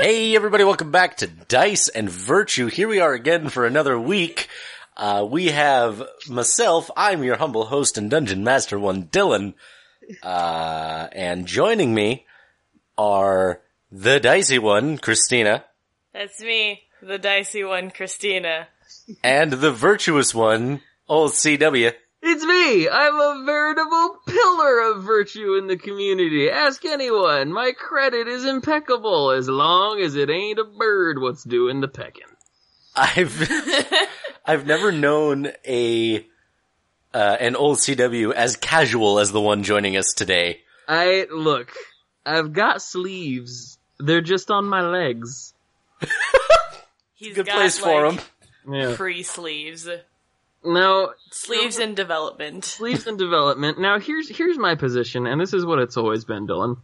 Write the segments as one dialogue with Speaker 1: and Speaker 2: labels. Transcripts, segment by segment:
Speaker 1: Hey, everybody, welcome back to Dice and Virtue. Here we are again for another week. Uh, we have myself, I'm your humble host and dungeon master one, Dylan. Uh, and joining me are the dicey one, Christina,
Speaker 2: That's me, the dicey one, Christina.
Speaker 1: and the virtuous one, old CW.
Speaker 3: It's me! I'm a veritable pillar of virtue in the community. Ask anyone. My credit is impeccable as long as it ain't a bird what's doing the pecking.
Speaker 1: I've, I've never known a, uh, an old CW as casual as the one joining us today.
Speaker 3: I, look, I've got sleeves. They're just on my legs.
Speaker 2: He's
Speaker 1: Good
Speaker 2: got,
Speaker 1: place for
Speaker 2: like,
Speaker 1: him.
Speaker 3: Yeah.
Speaker 2: Pre sleeves,
Speaker 3: Now,
Speaker 2: sleeves in development.
Speaker 3: sleeves in development. Now, here's, here's my position, and this is what it's always been, Dylan.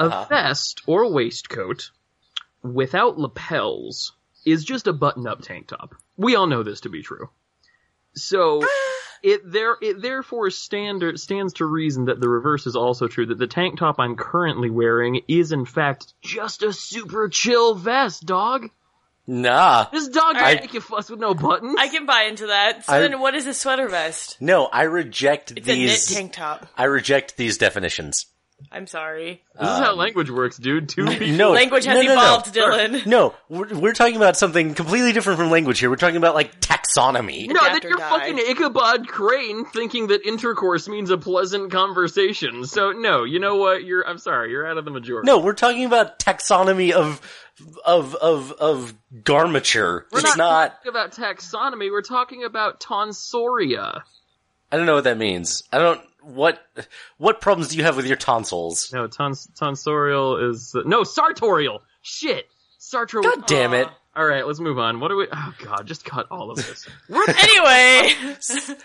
Speaker 3: A
Speaker 1: Uh-huh.
Speaker 3: vest or waistcoat without lapels is just a button-up tank top. We all know this to be true. So it there it therefore standard stands to reason that the reverse is also true that the tank top I'm currently wearing is in fact just a super chill vest, dog.
Speaker 1: Nah.
Speaker 3: This dog
Speaker 1: I-
Speaker 3: doesn't make you fuss with no buttons.
Speaker 2: I can buy into that. So
Speaker 1: I-
Speaker 2: then, what is a sweater vest?
Speaker 1: No, I reject
Speaker 2: It's
Speaker 1: these.
Speaker 2: a knit tank top.
Speaker 1: I reject these definitions.
Speaker 2: I'm sorry.
Speaker 3: this is how language works, dude. Two people
Speaker 1: Uh, No,
Speaker 2: Language has
Speaker 1: no, no, no.
Speaker 2: evolved, Dylan.
Speaker 1: No, we're, we're talking about something completely different from language here. We're talking about like taxonomy.
Speaker 3: No, that
Speaker 2: Adapter
Speaker 3: you're
Speaker 2: guy.
Speaker 3: fucking Ichabod Crane thinking that intercourse means a pleasant conversation. So no, you know what? You're I'm sorry, you're out of the majority.
Speaker 1: No, we're talking about taxonomy of of of of garmature.
Speaker 3: we're
Speaker 1: it's not,
Speaker 3: talking about taxonomy. We're talking about tonsoria.
Speaker 1: I don't know what that means. I don't. What what problems do you have with your tonsils?
Speaker 3: No, tons, tonsorial is no sartorial. Shit, sartorial.
Speaker 1: God damn it!
Speaker 3: All right, let's move on. What are we? Oh god, just cut all of this.
Speaker 1: Uh,
Speaker 2: anyway,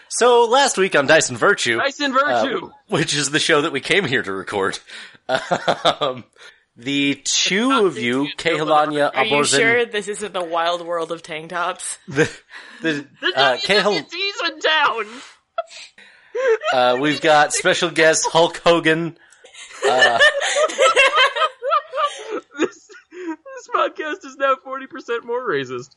Speaker 1: So last week on Dyson Virtue,
Speaker 3: Nice in virtue.
Speaker 1: uh, which is the show that we came here to record. Um, the two of you, Kehlanya
Speaker 2: E. are you
Speaker 1: Aborzin,
Speaker 2: sure this isn't the wild world of tank tops?
Speaker 1: the, the,
Speaker 3: the E
Speaker 1: uh,
Speaker 2: E.
Speaker 1: Kehl,
Speaker 3: WWD's are down.
Speaker 1: uh, we've got special guest Hulk Hogan.
Speaker 3: this this podcast is now forty percent more racist,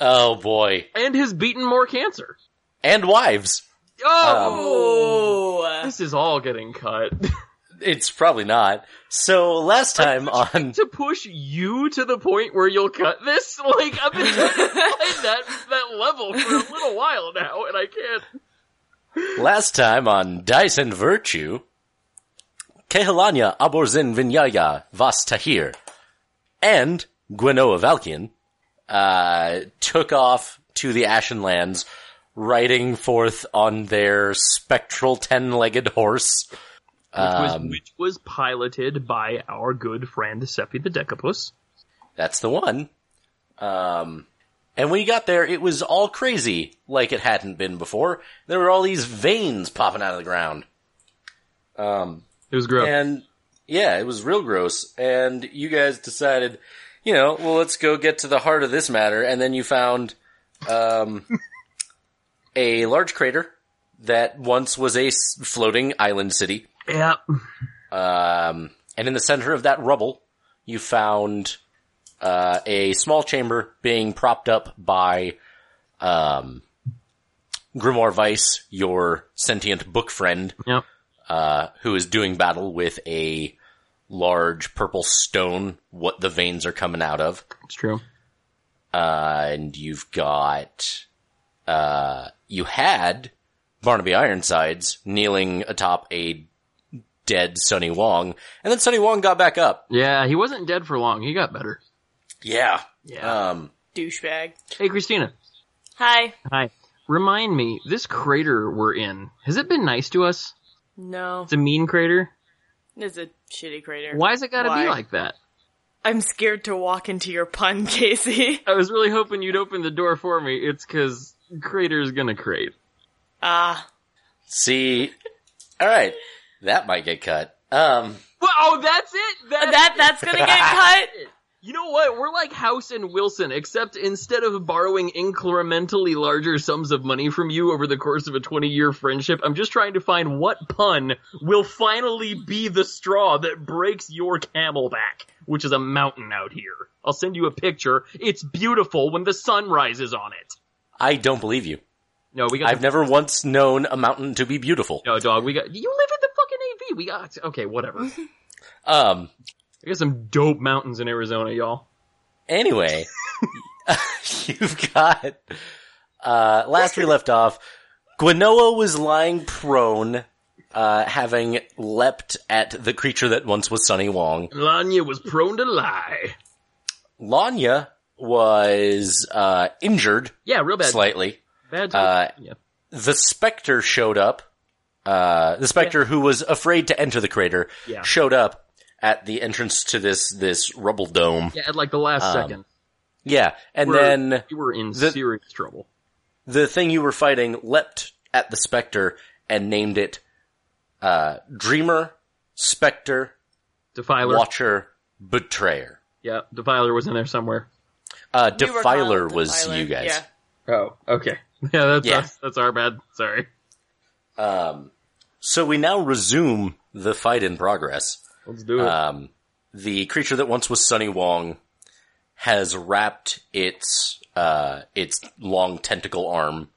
Speaker 1: Oh boy.
Speaker 3: and has beaten more cancer.
Speaker 1: And wives. Um,
Speaker 3: Oh,
Speaker 2: Oh,
Speaker 3: this is all getting cut.
Speaker 1: It's probably not. So last time on,
Speaker 3: to push you to the point where you'll cut this, like I've been trying to find that that level for a little while now, and I can't.
Speaker 1: last time on Dyson Virtue, Kehlanya Aborzin Vinyaya Vas Tahir and Gwenoa Valkian, uh, took off to the Ashen Lands, riding forth on their spectral ten-legged horse.
Speaker 3: which, was, which was piloted by our good friend Seppi the Decapus.
Speaker 1: That's the one. Um, and when you got there, it was all crazy, like it hadn't been before. There were all these veins popping out of the ground.
Speaker 3: It was gross.
Speaker 1: And yeah, it was real gross. And you guys decided, you know, well, let's go get to the heart of this matter. And then you found, um, a large crater that once was a s- floating island city.
Speaker 3: yeah,
Speaker 1: Um, and in the center of that rubble, you found uh, a small chamber being propped up by um, Grimoire Vice, your sentient book friend,
Speaker 3: yep.
Speaker 1: uh, who is doing battle with a large purple stone. What the veins are coming out of,
Speaker 3: It's true.
Speaker 1: uh, and you've got uh, you had Barnaby Ironsides kneeling atop a dead Sonny Wong, and then Sonny Wong got back up.
Speaker 3: Yeah, he wasn't dead for long. He got better.
Speaker 1: Yeah.
Speaker 3: Yeah.
Speaker 1: Um,
Speaker 2: douchebag.
Speaker 3: hey, Christina.
Speaker 2: Hi.
Speaker 3: Hi. Remind me, this crater we're in, has it been nice to us?
Speaker 2: No,
Speaker 3: It's a mean crater.
Speaker 2: it's a shitty crater.
Speaker 3: Why's it gotta
Speaker 2: Why?
Speaker 3: be like that?
Speaker 2: I'm scared to walk into your pun, Casey.
Speaker 3: I was really hoping you'd open the door for me. It's cause crater's gonna crate.
Speaker 2: Ah,
Speaker 1: see, all right, that might get cut. Um,
Speaker 3: Well, oh, that's it? That's
Speaker 2: that that's gonna get cut.
Speaker 3: You know what? We're like House and Wilson, except instead of borrowing incrementally larger sums of money from you over the course of a 20 year friendship, I'm just trying to find what pun will finally be the straw that breaks your camel back, which is a mountain out here. I'll send you a picture. It's beautiful when the sun rises on it.
Speaker 1: I don't believe you.
Speaker 3: No, we got.
Speaker 1: I've never once known a mountain to be beautiful.
Speaker 3: no, dog, we got. You live in the fucking AV. We got. Okay, whatever. I
Speaker 1: Um,
Speaker 3: got some dope mountains in Arizona, y'all.
Speaker 1: anyway, you've got, uh, last we left off, Gwenoa was lying prone, uh, having leapt at the creature that once was Sunny Wong.
Speaker 3: Lanya was prone to lie.
Speaker 1: Lanya was, uh, injured
Speaker 3: Yeah, real bad.
Speaker 1: slightly.
Speaker 3: Bad.
Speaker 1: Uh,
Speaker 3: yeah.
Speaker 1: the specter showed up. Uh, the specter who was afraid to enter the crater
Speaker 3: Yeah.
Speaker 1: showed up at the entrance to this this rubble dome.
Speaker 3: Yeah, at like the last second.
Speaker 1: Yeah, and
Speaker 3: We're-
Speaker 1: then
Speaker 3: we were in
Speaker 1: um, the-
Speaker 3: serious trouble.
Speaker 1: the thing you were fighting leapt at the specter and named it uh, Dreamer, Specter,
Speaker 3: Defiler.
Speaker 1: Watcher, Betrayer.
Speaker 3: Yeah, Defiler was in there somewhere.
Speaker 1: Uh,
Speaker 2: We were calling
Speaker 1: Defiler
Speaker 2: it
Speaker 1: was
Speaker 2: Defiler.
Speaker 1: you guys.
Speaker 2: Yeah.
Speaker 3: Oh, okay. Yeah, that's
Speaker 1: Yeah.
Speaker 3: us. That's our bad. Sorry.
Speaker 1: Um, so we now resume the fight in progress.
Speaker 3: Let's do it.
Speaker 1: Um, the creature that once was Sunny Wong has wrapped its uh, its long tentacle arm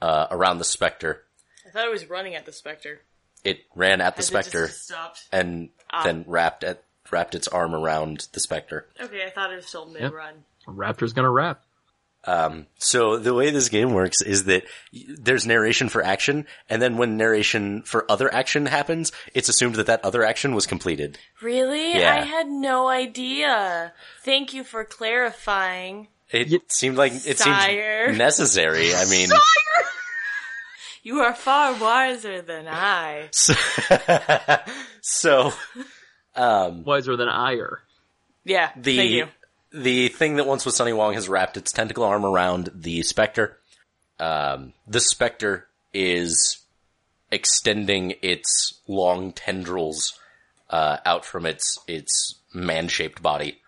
Speaker 1: uh, around the specter.
Speaker 2: I thought it was running at the specter.
Speaker 1: It ran at the
Speaker 2: As it just Ah.
Speaker 1: specter
Speaker 2: stopped.
Speaker 1: and then wrapped at wrapped its arm around the specter.
Speaker 2: Okay, I thought it was still mid run.
Speaker 3: Raptor's gonna rap.
Speaker 1: Um, so the way this game works is that y- there's narration for action, and then when narration for other action happens, it's assumed that that other action was completed.
Speaker 2: Really?
Speaker 1: Yeah.
Speaker 2: I had no idea. Thank you for clarifying.
Speaker 1: It
Speaker 3: Y-
Speaker 1: seemed like it
Speaker 2: Sire.
Speaker 1: seemed necessary. I mean,
Speaker 2: You are far wiser than I.
Speaker 1: So, so, um,
Speaker 3: Wiser than ire.
Speaker 2: Yeah.
Speaker 1: the
Speaker 2: thank you.
Speaker 1: the thing that once was Sunny Wong has wrapped its tentacle arm around the specter. Um, the specter is extending its long tendrils uh, out from its its man shaped body,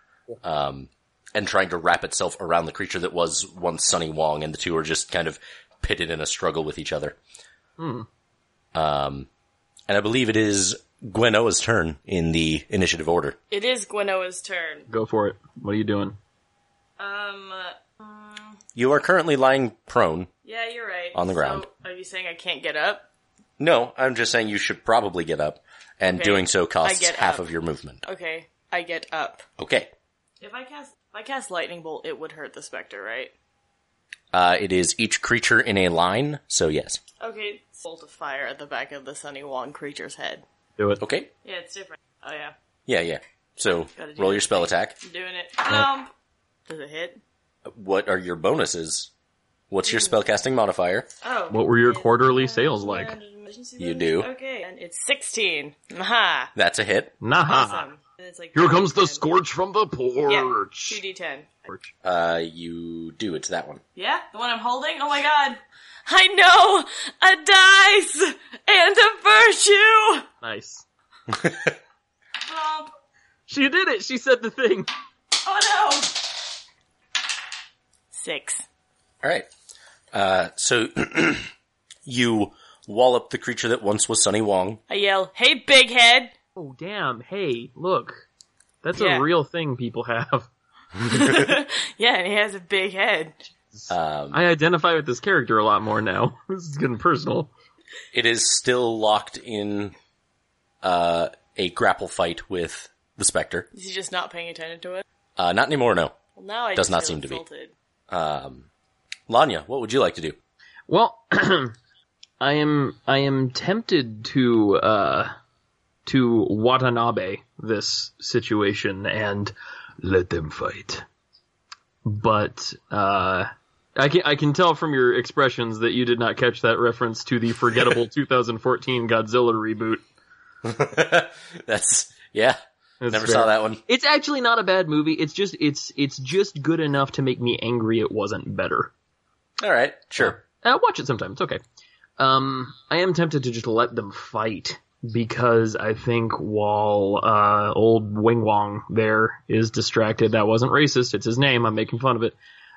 Speaker 1: um, and trying to wrap itself around the creature that was once Sunny Wong, and the two are just kind of pitted in a struggle with each other.
Speaker 2: Hmm.
Speaker 1: Um, and I believe it is Gwenoa's turn in the initiative order.
Speaker 2: It is Gwenoa's turn.
Speaker 3: Go for it. What are you doing?
Speaker 2: Um.
Speaker 1: You are currently lying prone.
Speaker 2: Yeah, you're right.
Speaker 1: On the
Speaker 2: So,
Speaker 1: ground.
Speaker 2: are you saying I can't get up?
Speaker 1: No, I'm just saying you should probably get up, and
Speaker 2: Okay.
Speaker 1: doing so costs
Speaker 2: I get
Speaker 1: half
Speaker 2: up.
Speaker 1: of your movement.
Speaker 2: Okay, I get up.
Speaker 1: Okay.
Speaker 2: If I cast, if I cast lightning bolt, it would hurt the specter, right?
Speaker 1: Uh, it is each creature in a line, so yes.
Speaker 2: Okay, bolt of fire at the back of the Sunny Wong creature's head.
Speaker 3: Do it.
Speaker 1: Okay.
Speaker 2: Yeah, it's different. Oh yeah,
Speaker 1: Yeah, yeah. So
Speaker 2: Gotta do
Speaker 1: roll
Speaker 2: that
Speaker 1: your spell attack.
Speaker 2: I'm doing it. Um, does it hit?
Speaker 1: What are your bonuses? What's your spellcasting modifier?
Speaker 2: Oh,
Speaker 3: What were your quarterly sales like?
Speaker 1: You do.
Speaker 2: Okay, and it's sixteen. Aha!
Speaker 1: That's a hit.
Speaker 3: Naha.
Speaker 2: Awesome. And it's like
Speaker 3: Ah. Here comes the
Speaker 2: 2d10.
Speaker 3: scorch from the
Speaker 2: Yeah,
Speaker 3: porch.
Speaker 2: two d ten.
Speaker 1: Uh, you do. It's that one.
Speaker 2: Yeah, the one I'm holding. Oh my god! I know a dice and a virtue.
Speaker 3: Nice.
Speaker 2: Bump.
Speaker 3: She did it. She said the thing.
Speaker 2: Um, Oh no! Six.
Speaker 1: All right. Uh, so you wallop the creature that once was Sunny Wong.
Speaker 2: I yell, "Hey, big head!"
Speaker 3: Oh damn. Hey, look. That's
Speaker 2: Yeah.
Speaker 3: a real thing people have.
Speaker 2: Yeah, and he has a big head.
Speaker 1: Um,
Speaker 3: I identify with this character a lot more now. This is getting personal.
Speaker 1: it is still locked in uh, a grapple fight with the specter.
Speaker 2: Is he just not paying attention to it?
Speaker 1: Uh, not anymore, no.
Speaker 2: Well, now I
Speaker 1: Does
Speaker 2: just
Speaker 1: not
Speaker 2: feel
Speaker 1: seem to be.
Speaker 2: insulted.
Speaker 1: Um, Lanya, what would you like to do?
Speaker 3: Well, I am I am tempted to uh, to Watanabe this situation and let them fight, but uh, I can I can tell from your expressions that you did not catch that reference to the forgettable 2014 Godzilla reboot.
Speaker 1: That's yeah.
Speaker 3: That's
Speaker 1: never
Speaker 3: fair.
Speaker 1: saw that one.
Speaker 3: It's actually not a bad movie. It's just it's it's just good enough to make me angry. It wasn't better.
Speaker 1: All right, sure.
Speaker 3: Uh, watch it sometime. It's okay. Um, I am tempted to just let them fight, because I think while uh, old Wing Wong there is distracted, that wasn't racist. It's his name. I'm making fun of it.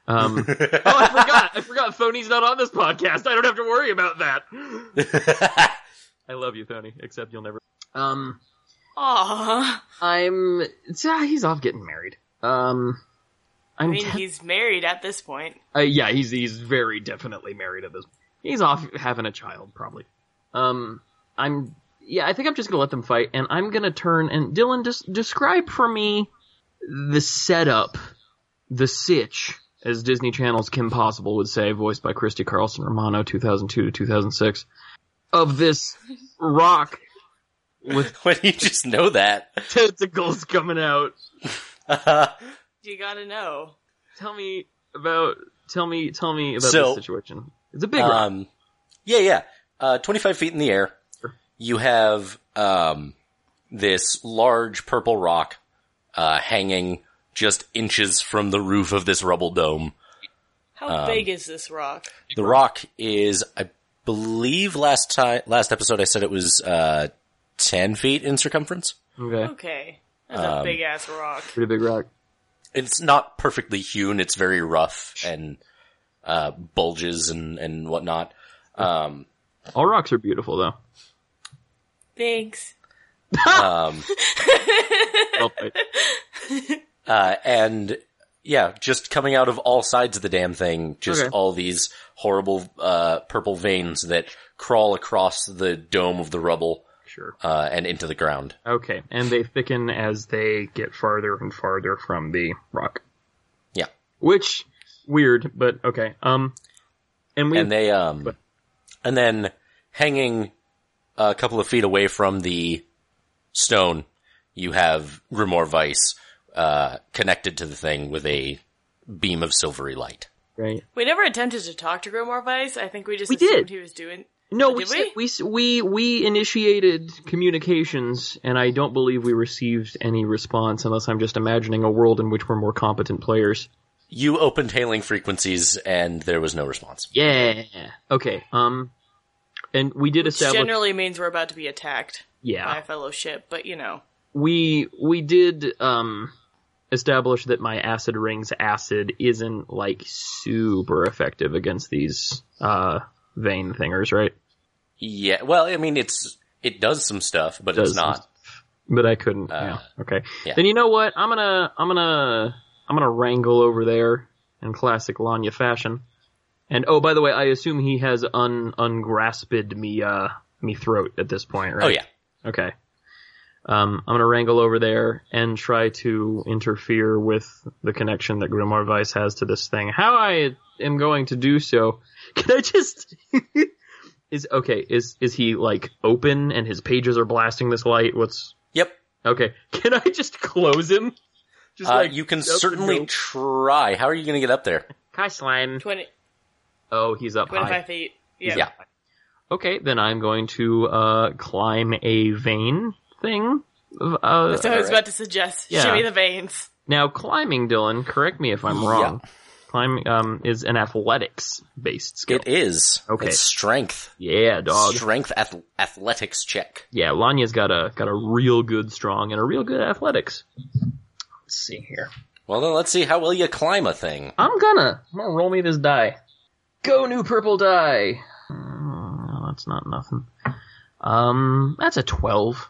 Speaker 3: Um, oh, I forgot. I forgot. Phony's not on this podcast. I don't have to worry about that. I love you, Phony. Except you'll never. Um,
Speaker 2: Aw.
Speaker 3: I'm. it's- ah, he's off getting married. Um,
Speaker 2: I
Speaker 3: I'm.
Speaker 2: mean, he's married at this point.
Speaker 3: Uh, yeah, he's he's very definitely married at this. He's off having a child probably. Um, I'm yeah, I think I'm just gonna let them fight, and I'm gonna turn and Dylan just describe for me the setup, the sitch, as Disney Channel's Kim Possible would say, voiced by Christy Carlson Romano, 2002 to 2006, of this rock with
Speaker 1: when you just know that.
Speaker 3: tentacles coming out.
Speaker 2: You gotta know.
Speaker 3: Tell me about tell me tell me about
Speaker 1: So,
Speaker 3: this situation. It's a big rock.
Speaker 1: um, yeah, yeah. Uh, 25 feet in the air. You have, um, this large purple rock, uh, hanging just inches from the roof of this rubble dome.
Speaker 2: How
Speaker 1: Um,
Speaker 2: big is this rock?
Speaker 1: The rock is, I believe last time, last episode I said it was, uh, 10 feet in circumference.
Speaker 3: Okay,
Speaker 2: Okay. That's
Speaker 1: um,
Speaker 2: a big ass rock.
Speaker 3: pretty big rock.
Speaker 1: It's not perfectly hewn. It's very rough and, uh, bulges and, and whatnot. Um,
Speaker 3: All rocks are beautiful, though.
Speaker 2: Thanks.
Speaker 1: um,
Speaker 3: Well played.
Speaker 1: Uh, and yeah, just coming out of all sides of the damn thing, just
Speaker 3: Okay.
Speaker 1: all these horrible, uh, purple veins that crawl across the dome of the rubble,
Speaker 3: sure.
Speaker 1: uh, and into the ground.
Speaker 3: Okay, and they thicken as they get farther and farther from the rock.
Speaker 1: Yeah.
Speaker 3: Which weird, but okay. Um, and we
Speaker 1: And they, um, and then hanging a couple of feet away from the stone, you have Grimoire Vice, uh, connected to the thing with a beam of silvery light.
Speaker 3: right.
Speaker 2: We never attempted to talk to Grimoire Vice. I think we just
Speaker 3: We
Speaker 2: assumed
Speaker 3: did.
Speaker 2: he was doing.
Speaker 3: No,
Speaker 1: Oh,
Speaker 2: Did
Speaker 3: we,
Speaker 2: we?
Speaker 3: said- we s- we we initiated communications, and I don't believe we received any response, unless I'm just imagining a world in which we're more competent players.
Speaker 1: You opened hailing frequencies and there was no response.
Speaker 3: Yeah. Okay. Um, and we did establish.
Speaker 2: Generally means we're about to be attacked
Speaker 3: yeah.
Speaker 2: by a fellow ship, but you know.
Speaker 3: we we did um establish that my acid rings acid isn't like super effective against these uh vein thingers, right?
Speaker 1: Yeah, well, I mean, it's it does some stuff, but
Speaker 3: Does
Speaker 1: it's not.
Speaker 3: But I couldn't.
Speaker 1: Uh,
Speaker 3: yeah. Okay.
Speaker 1: yeah.
Speaker 3: Then you know what? I'm gonna I'm gonna I'm gonna wrangle over there in classic Lanya fashion. And oh, by the way, I assume he has un ungrasped me uh me throat at this point, right?
Speaker 1: Oh yeah,
Speaker 3: Okay. Um, I'm gonna wrangle over there and try to interfere with the connection that Grimoire Vice has to this thing. How I am going to do so? Can I just? is okay? Is is he like open and his pages are blasting this light? What's
Speaker 1: yep.
Speaker 3: okay? Can I just close him? Just
Speaker 1: Uh, you can
Speaker 3: up and
Speaker 1: certainly
Speaker 3: go.
Speaker 1: try. How are you going to get up there?
Speaker 3: Hi, slime.
Speaker 2: 20,
Speaker 3: Oh, he's up
Speaker 2: 25
Speaker 3: high.
Speaker 2: feet. Yeah.
Speaker 1: Yeah.
Speaker 3: Okay, then I'm going to uh climb a vein thing. Uh,
Speaker 2: So I was
Speaker 1: Alright.
Speaker 2: about to suggest
Speaker 3: Yeah.
Speaker 2: shimmy the veins.
Speaker 3: Now, climbing, Dylan, correct me if I'm wrong. Climbing um, is an athletics based skill.
Speaker 1: It is
Speaker 3: Okay.
Speaker 1: It's strength,
Speaker 3: Yeah, dog.
Speaker 1: strength, ath- athletics check.
Speaker 3: Yeah, Lanya's got a got a real good strong and a real good athletics. Let's see here.
Speaker 1: Well, then let's see how well you climb a thing.
Speaker 3: I'm gonna, I'm gonna roll me this die. Go new purple die. Mm, that's not nothing. Um, that's a twelve.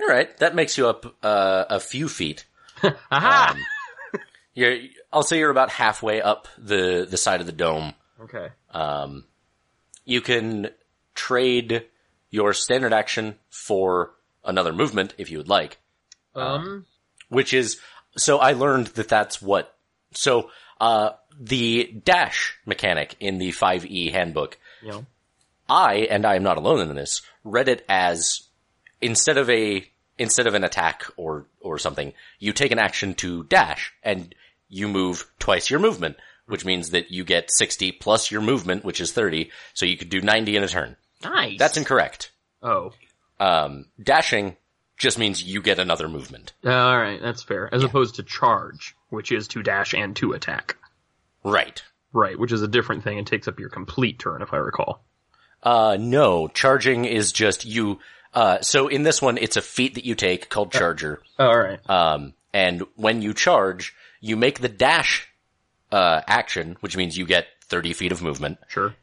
Speaker 1: All right, that makes you up uh, a few feet. Um,
Speaker 3: Aha!
Speaker 1: You're, I'll say you're about halfway up the the side of the dome.
Speaker 3: okay.
Speaker 1: Um, you can trade your standard action for another movement if you would like.
Speaker 3: Um,
Speaker 1: which is so I learned that that's what so uh the dash mechanic in the 5e handbook
Speaker 3: you know,
Speaker 1: I and I am not alone in this read it as instead of a instead of an attack or or something you take an action to dash and you move twice your movement which means that you get 60 plus your movement which is 30 so you could do 90 in a turn
Speaker 3: nice.
Speaker 1: that's incorrect
Speaker 3: oh,
Speaker 1: um dashing just means you get another movement
Speaker 3: Uh, all right. That's fair. As opposed to charge, which is to dash and to attack.
Speaker 1: right
Speaker 3: Right, which is a different thing and takes up your complete turn, if I recall.
Speaker 1: Uh, no, charging is just you, Uh, so in this one, it's a feat that you take called Charger.
Speaker 3: All right.
Speaker 1: Um, and when you charge, you make the dash, uh, action, which means you get 30 feet of movement,
Speaker 3: Sure.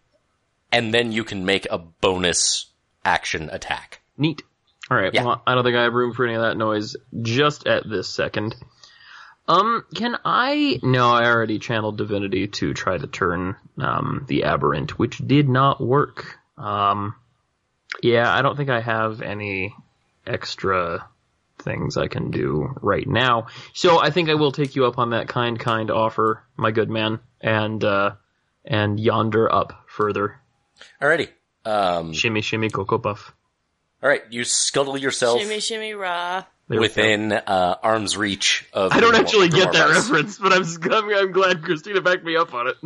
Speaker 1: and then you can make a bonus action attack.
Speaker 3: Neat. All right.
Speaker 1: Yeah.
Speaker 3: Well, I don't think I have room for any of that noise just at this second. Um, can I? No, I already channeled divinity to try to turn um the aberrant, which did not work. Um, yeah, I don't think I have any extra things I can do right now. So I think I will take you up on that kind, kind offer, my good man, and uh, and yonder up further.
Speaker 1: Alrighty. Um,
Speaker 3: Shimmy, shimmy, cocoa puff.
Speaker 1: alright, you scuttle yourself
Speaker 2: Shimmy, shimmy, rah.
Speaker 3: There we go.
Speaker 1: within, uh, arm's reach of.
Speaker 3: I don't actually get that
Speaker 1: reference.
Speaker 3: reference, but I'm, I'm I'm glad Christina backed me up on it.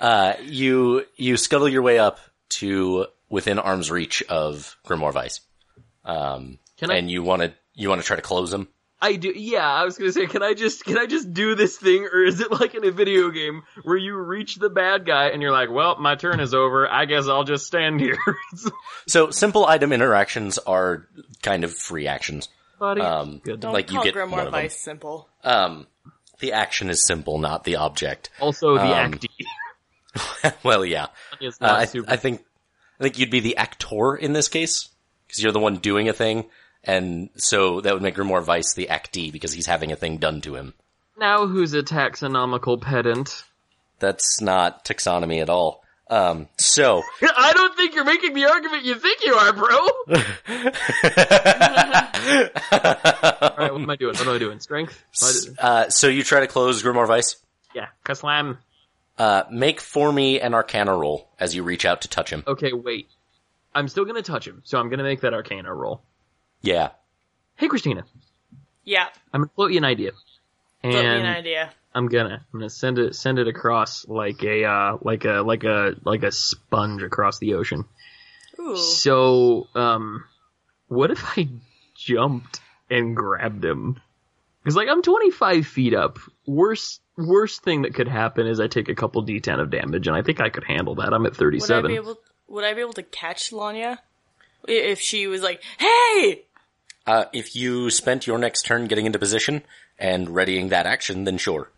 Speaker 1: Uh, you you scuttle your way up to within arm's reach of Grimoire Vice. Um,
Speaker 3: Can I-
Speaker 1: and you want to you want to try to close him.
Speaker 3: I do. Yeah, I was gonna say, can I just can I just do this thing, or is it like in a video game where you reach the bad guy and you're like, well, my turn is over. I guess I'll just stand here. It's-
Speaker 1: So simple item interactions are kind of free actions.
Speaker 3: Buddy,
Speaker 1: Um,
Speaker 3: good.
Speaker 2: Don't
Speaker 1: Like, you
Speaker 2: call
Speaker 1: get one
Speaker 2: Grimoire
Speaker 1: of them.
Speaker 2: Vice simple.
Speaker 1: Um, the action is simple, not the object.
Speaker 3: Also, the
Speaker 1: um,
Speaker 3: acting
Speaker 1: well, yeah,
Speaker 3: is
Speaker 1: uh,
Speaker 3: not
Speaker 1: I,
Speaker 3: super.
Speaker 1: I think I think you'd be the actor in this case because you're the one doing a thing, and so that would make Grimoire Vice the actee because he's having a thing done to him.
Speaker 3: now, who's a taxonomical pedant?
Speaker 1: That's not taxonomy at all. Um, so.
Speaker 3: I don't think you're making the argument you think you are, bro. All right, what am I doing? What am I doing? Strength? What am I doing?
Speaker 1: Uh, so you try to close Grimoire Vice.
Speaker 3: Yeah, Kaslam.
Speaker 1: Uh, make for me an Arcana roll as you reach out to touch him.
Speaker 3: Okay, wait. I'm still gonna touch him, so I'm gonna make that Arcana roll.
Speaker 1: Yeah.
Speaker 3: Hey, Christina,
Speaker 2: Yeah,
Speaker 3: I'm gonna float you an idea, and
Speaker 2: put me an idea.
Speaker 3: I'm gonna I'm gonna send it send it across like a uh, like a like a like a sponge across the ocean.
Speaker 2: Ooh.
Speaker 3: So, um, what if I jumped and grabbed him? Because like I'm 25 feet up. Worst worst thing that could happen is I take a couple d10 of damage, and I think I could handle that. I'm at
Speaker 2: Would
Speaker 3: 37.
Speaker 2: I be able? Would I be able to catch Lanya I- if she was like, "Hey,
Speaker 1: Uh, if you spent your next turn getting into position and readying that action, then sure.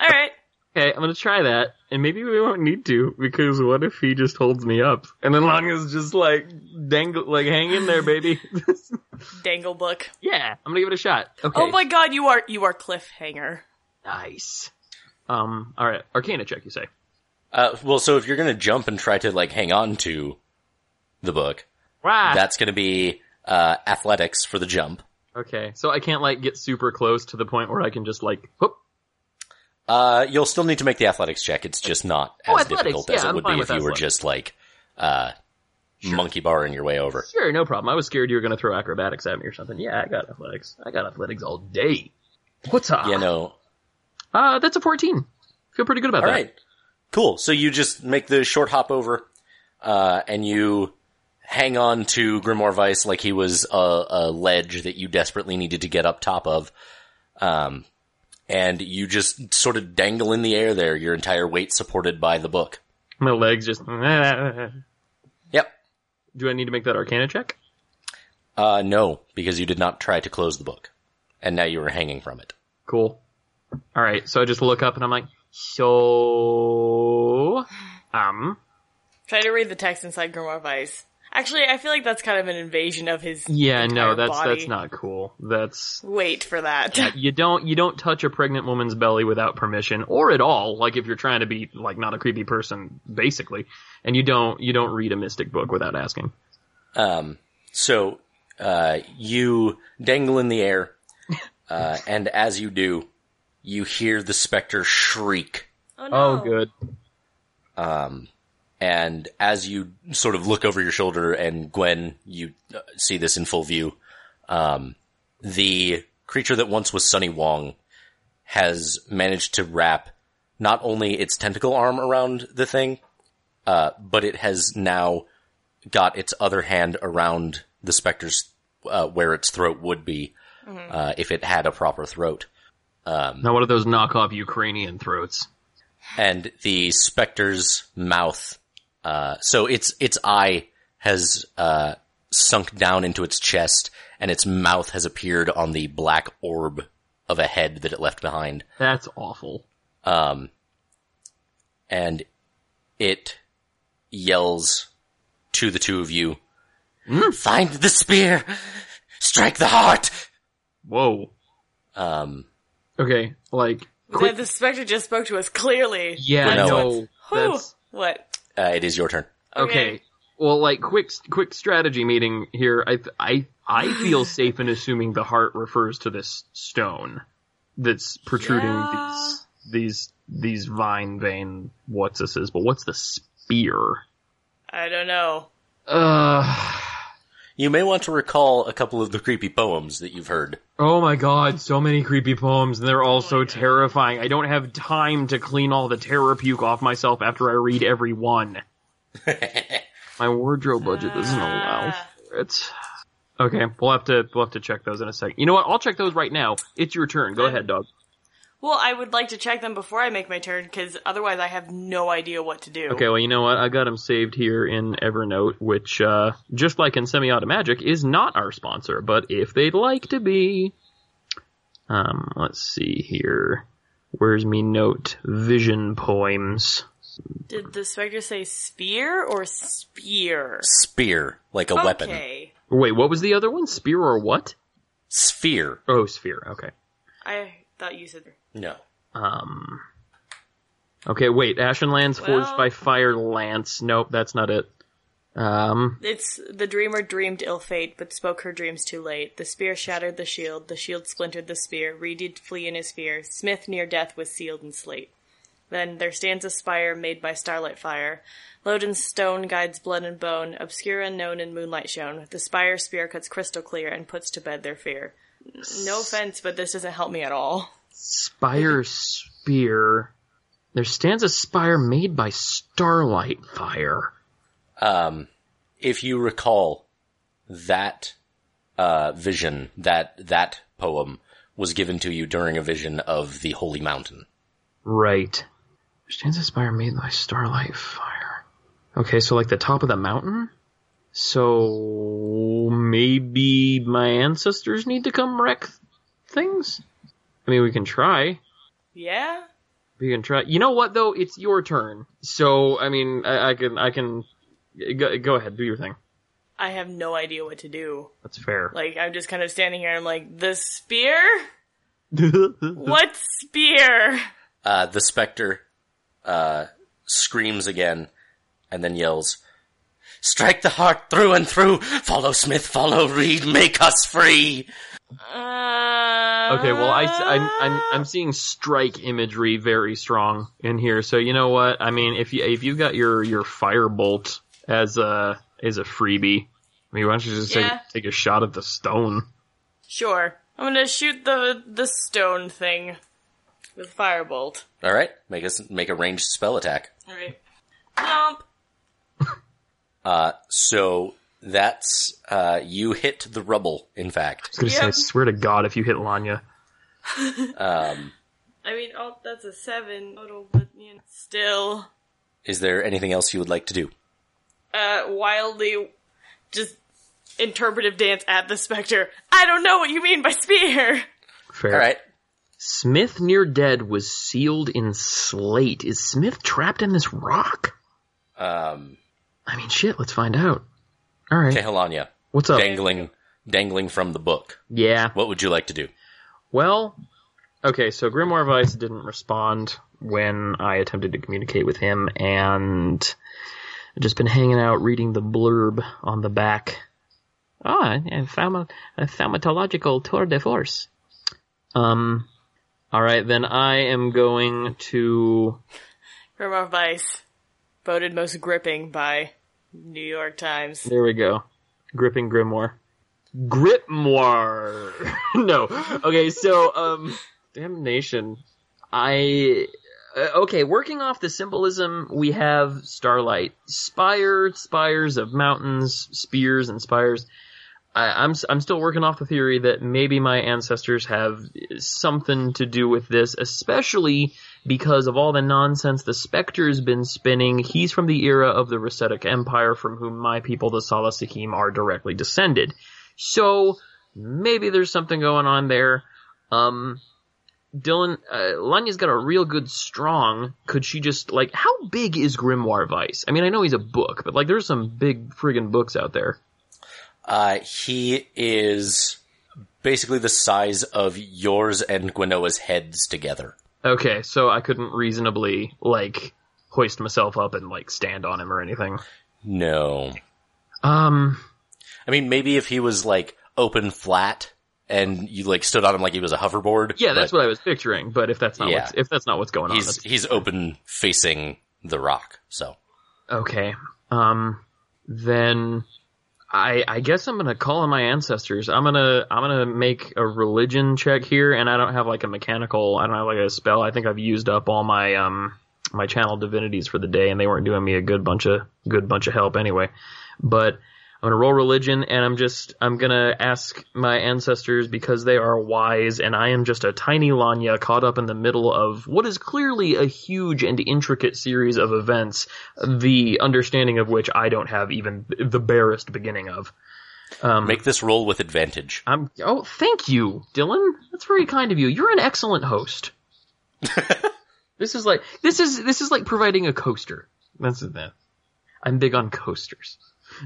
Speaker 2: all right,
Speaker 3: Okay, I'm gonna try that, and maybe we won't need to because what if he just holds me up, and then Lanya's just like dangle, like hang in there, baby.
Speaker 2: dangle book."
Speaker 3: yeah, I'm gonna give it a shot. Okay,
Speaker 2: Oh my god, you are you are cliffhanger.
Speaker 3: nice. Um, all right, Arcana check, you say?
Speaker 1: Uh, well, so if you're gonna jump and try to like hang on to the book,
Speaker 3: Wow.
Speaker 1: that's gonna be uh, athletics for the jump.
Speaker 3: okay, so I can't like get super close to the point where I can just like whoop.
Speaker 1: Uh, you'll still need to make the athletics check. It's just not
Speaker 3: Oh,
Speaker 1: as
Speaker 3: athletics.
Speaker 1: difficult as it
Speaker 3: Yeah, I'm
Speaker 1: would
Speaker 3: fine
Speaker 1: be
Speaker 3: with
Speaker 1: if you were
Speaker 3: athletics.
Speaker 1: just like uh, monkey barring your way over.
Speaker 3: Sure, no problem. I was scared you were gonna throw acrobatics at me or something. Yeah, I got athletics. I got athletics all day. What's up?
Speaker 1: You know,
Speaker 3: Uh, that's a 14. Feel pretty good about
Speaker 1: All
Speaker 3: that.
Speaker 1: right, cool. So you just make the short hop over, uh, and you hang on to Grimoire Vice like he was a, a ledge that you desperately needed to get up top of. Um, and you just sort of dangle in the air there, your entire weight supported by the book.
Speaker 3: My legs just. Do
Speaker 1: Yep.
Speaker 3: I need to make that Arcana check?
Speaker 1: Uh, no, because you did not try to close the book. And now you are hanging from it.
Speaker 3: Cool. All right, so I just look up and I'm like, so um,
Speaker 2: Try to read the text inside Grimoire Vice. Actually, I feel like that's kind of an invasion of his.
Speaker 3: yeah,
Speaker 2: entire
Speaker 3: no, that's
Speaker 2: body.
Speaker 3: that's not cool. That's
Speaker 2: Wait for that.
Speaker 3: you don't you don't touch a pregnant woman's belly without permission or at all. Like if you're trying to be like not a creepy person, basically, and you don't you don't read a mystic book without asking.
Speaker 1: Um, so, uh, you dangle in the air, uh, and as you do, you hear the specter shriek.
Speaker 2: Oh
Speaker 3: Oh,
Speaker 2: no.
Speaker 3: good.
Speaker 1: Um, and as you sort of look over your shoulder and Gwen, you uh, see this in full view. Um, the creature that once was Sunny Wong has managed to wrap not only its tentacle arm around the thing, uh, but it has now got its other hand around the specter's, uh, where its throat would be, uh, if it had a proper throat.
Speaker 3: Now what are those knockoff Ukrainian throats?
Speaker 1: and the specter's mouth. Uh, so its its eye has uh, sunk down into its chest, and its mouth has appeared on the black orb of a head that it left behind.
Speaker 3: That's awful.
Speaker 1: Um, and it yells to the two of you, "Find the spear, strike the heart."
Speaker 3: Whoa.
Speaker 1: Um,
Speaker 3: Okay, like
Speaker 2: That the specter just spoke to us clearly.
Speaker 3: yeah,
Speaker 1: Well, no.
Speaker 3: no,
Speaker 2: Whew.
Speaker 3: that's
Speaker 2: What?
Speaker 1: uh, it is your turn.
Speaker 3: okay. Well, like quick quick strategy meeting here. I th- I I feel safe in assuming the heart refers to this stone that's protruding
Speaker 2: Yeah.
Speaker 3: these these these vine vein what's this is, but what's the spear?
Speaker 2: I don't know.
Speaker 3: Uh
Speaker 1: You may want to recall a couple of the creepy poems that you've heard.
Speaker 3: Oh my god, so many creepy poems, and they're all so terrifying. I don't have time to clean all the terror puke off myself after I read every one. My wardrobe budget doesn't allow
Speaker 2: Ah.
Speaker 3: for it. Okay, we'll have to we'll have to check those in a second. You know what? I'll check those right now. It's your turn. Go ahead, dog.
Speaker 2: Well, I would like to check them before I make my turn, because otherwise I have no idea what to do.
Speaker 3: Okay, well, you know what? I got them saved here in Evernote, which, uh, just like in Semi Auto Magic, is not our sponsor, but if they'd like to be. Um, let's see here. Where's me note? Vision poems.
Speaker 2: Did the specter say spear or spear?
Speaker 1: Spear, like a weapon.
Speaker 2: Okay.
Speaker 3: Wait, what was the other one? Spear or what?
Speaker 1: Sphere.
Speaker 3: Oh, sphere. Okay.
Speaker 2: I thought you said.
Speaker 1: No.
Speaker 3: Um. Okay, wait. Ashen Lance forged
Speaker 2: Well-
Speaker 3: by fire lance. Nope, that's not it. Um.
Speaker 2: It's the dreamer dreamed ill fate, but spoke her dreams too late. The spear shattered the shield, the shield splintered the spear. Reed did flee in his fear. Smith near death was sealed in slate. Then there stands a spire made by starlight fire. Loden's stone guides blood and bone, obscure unknown in moonlight shown. The spire spear cuts crystal clear and puts to bed their fear. N- No offense, but this doesn't help me at all.
Speaker 3: Spire spear. There stands a spire made by starlight fire.
Speaker 1: Um, if you recall, that uh, vision, that that poem, was given to you during a vision of the Holy Mountain.
Speaker 3: Right. There stands a spire made by starlight fire. Okay, so like the top of the mountain. So maybe my ancestors need to come wreck things. I mean, we can try.
Speaker 2: Yeah?
Speaker 3: We can try. You know what though? It's your turn. So I mean, I, I can, I can. Go, go ahead, do your thing.
Speaker 2: I have no idea what to do.
Speaker 3: That's fair.
Speaker 2: Like, I'm just kind of standing here, I'm like, the spear? What spear?
Speaker 1: Uh, the specter uh, screams again and then yells, "Strike the heart through and through. Follow Smith. Follow Reed. Make us free."
Speaker 2: okay,
Speaker 3: Okay, well, I, am I'm,
Speaker 2: Ah!
Speaker 3: I'm seeing strike imagery very strong in here. So you know what? I mean, if you if you've got your your firebolt as a as a freebie, I mean, why don't you just take,
Speaker 2: Yeah.
Speaker 3: take a shot at the stone?
Speaker 2: sure. I'm gonna shoot the the stone thing with firebolt.
Speaker 1: All right, make us make a ranged spell attack.
Speaker 2: All right. Jump.
Speaker 1: Uh, so that's uh, you hit the rubble. In fact,
Speaker 3: I was gonna say, I
Speaker 2: Yep.
Speaker 3: swear to God, if you hit Lanya,
Speaker 1: um,
Speaker 2: I mean, oh, that's a seven total, but you know, still,
Speaker 1: is there anything else you would like to do?
Speaker 2: uh, wildly, just interpretive dance at the specter. I don't know what you mean by spear.
Speaker 3: fair.
Speaker 1: All right.
Speaker 3: Smith near dead was sealed in slate. Is Smith trapped in this rock?
Speaker 1: Um,
Speaker 3: I mean, shit. Let's find out. All right.
Speaker 1: Kehlania,
Speaker 3: What's up?
Speaker 1: dangling, dangling from the book.
Speaker 3: Yeah.
Speaker 1: What would you like to do?
Speaker 3: Well, okay, so Grimoire Vice didn't respond when I attempted to communicate with him, and I've just been hanging out reading the blurb on the back. Ah, a pharma- a pharmacological tour de force. Um, alright, then I am going to.
Speaker 2: Grimoire Vice, voted most gripping by New York Times.
Speaker 3: There we go. Gripping Grimoire. Grimoire! no. Okay, so, um, damnation. I. uh, Okay, working off the symbolism, we have starlight, spire, spires of mountains, spears, and spires. I, I'm s- I'm still working off the theory that maybe my ancestors have something to do with this, especially because of all the nonsense the Spectre's been spinning. He's from the era of the Racetic Empire, from whom my people, the Salasakim, are directly descended. So maybe there's something going on there. Um, Dylan, uh, Lanya's got a real good strong. Could she just like how big is Grimoire Vice? I mean, I know he's a book, but like there's some big friggin' books out there.
Speaker 1: Uh, he is basically the size of yours and Gwenoa's heads together.
Speaker 3: Okay, so I couldn't reasonably like hoist myself up and like stand on him or anything.
Speaker 1: No.
Speaker 3: Um,
Speaker 1: I mean, maybe if he was like open flat and you like stood on him like he was a hoverboard.
Speaker 3: yeah, that's
Speaker 1: but
Speaker 3: what I was picturing. But if that's not
Speaker 1: Yeah.
Speaker 3: what's, if that's not what's going on,
Speaker 1: he's he's open facing the rock. So
Speaker 3: that's- okay. Um, then I I guess I'm gonna call on my ancestors. I'm gonna I'm gonna make a religion check here, and I don't have like a mechanical. I don't have like a spell. I think I've used up all my um my channel divinities for the day, and they weren't doing me a good bunch of good bunch of help anyway. But I'm gonna roll religion, and I'm just I'm gonna ask my ancestors because they are wise, and I am just a tiny Lanya caught up in the middle of what is clearly a huge and intricate series of events, the understanding of which I don't have even the barest beginning of. Um,
Speaker 1: make this roll with advantage.
Speaker 3: I'm oh thank you, Dylan. That's very kind of you. You're an excellent host. this is like this is this is like providing a coaster. That's that. I'm big on coasters.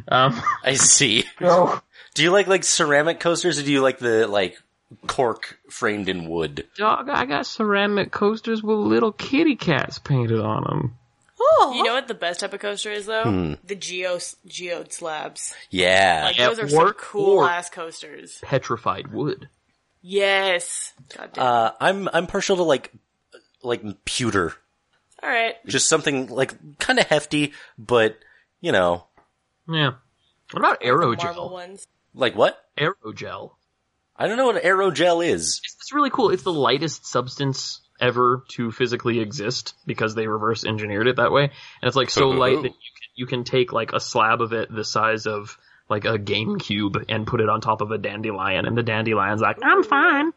Speaker 3: Um,
Speaker 1: I see. Do you like like ceramic coasters or do you like the like cork framed in wood?
Speaker 3: Dog, I got ceramic coasters with little kitty cats painted on them.
Speaker 2: You know what the best type of coaster is though? The geo geode slabs.
Speaker 1: Yeah.
Speaker 2: Like
Speaker 3: At
Speaker 2: those are
Speaker 3: work
Speaker 2: some cool
Speaker 3: or-
Speaker 2: ass coasters.
Speaker 3: Petrified wood.
Speaker 2: Yes. God damn.
Speaker 1: uh, I'm I'm partial to like like pewter,
Speaker 2: All right.
Speaker 1: just something like kind of hefty, but you know,
Speaker 3: Yeah. What about
Speaker 2: Marble
Speaker 3: aerogel?
Speaker 2: ones.
Speaker 1: like what?
Speaker 3: Aerogel.
Speaker 1: I don't know what aerogel is.
Speaker 3: It's really cool. It's the lightest substance ever to physically exist because they reverse engineered it that way. And it's like so light that you can, you can take like a slab of it the size of like a GameCube and put it on top of a dandelion, and the dandelion's like, "I'm fine."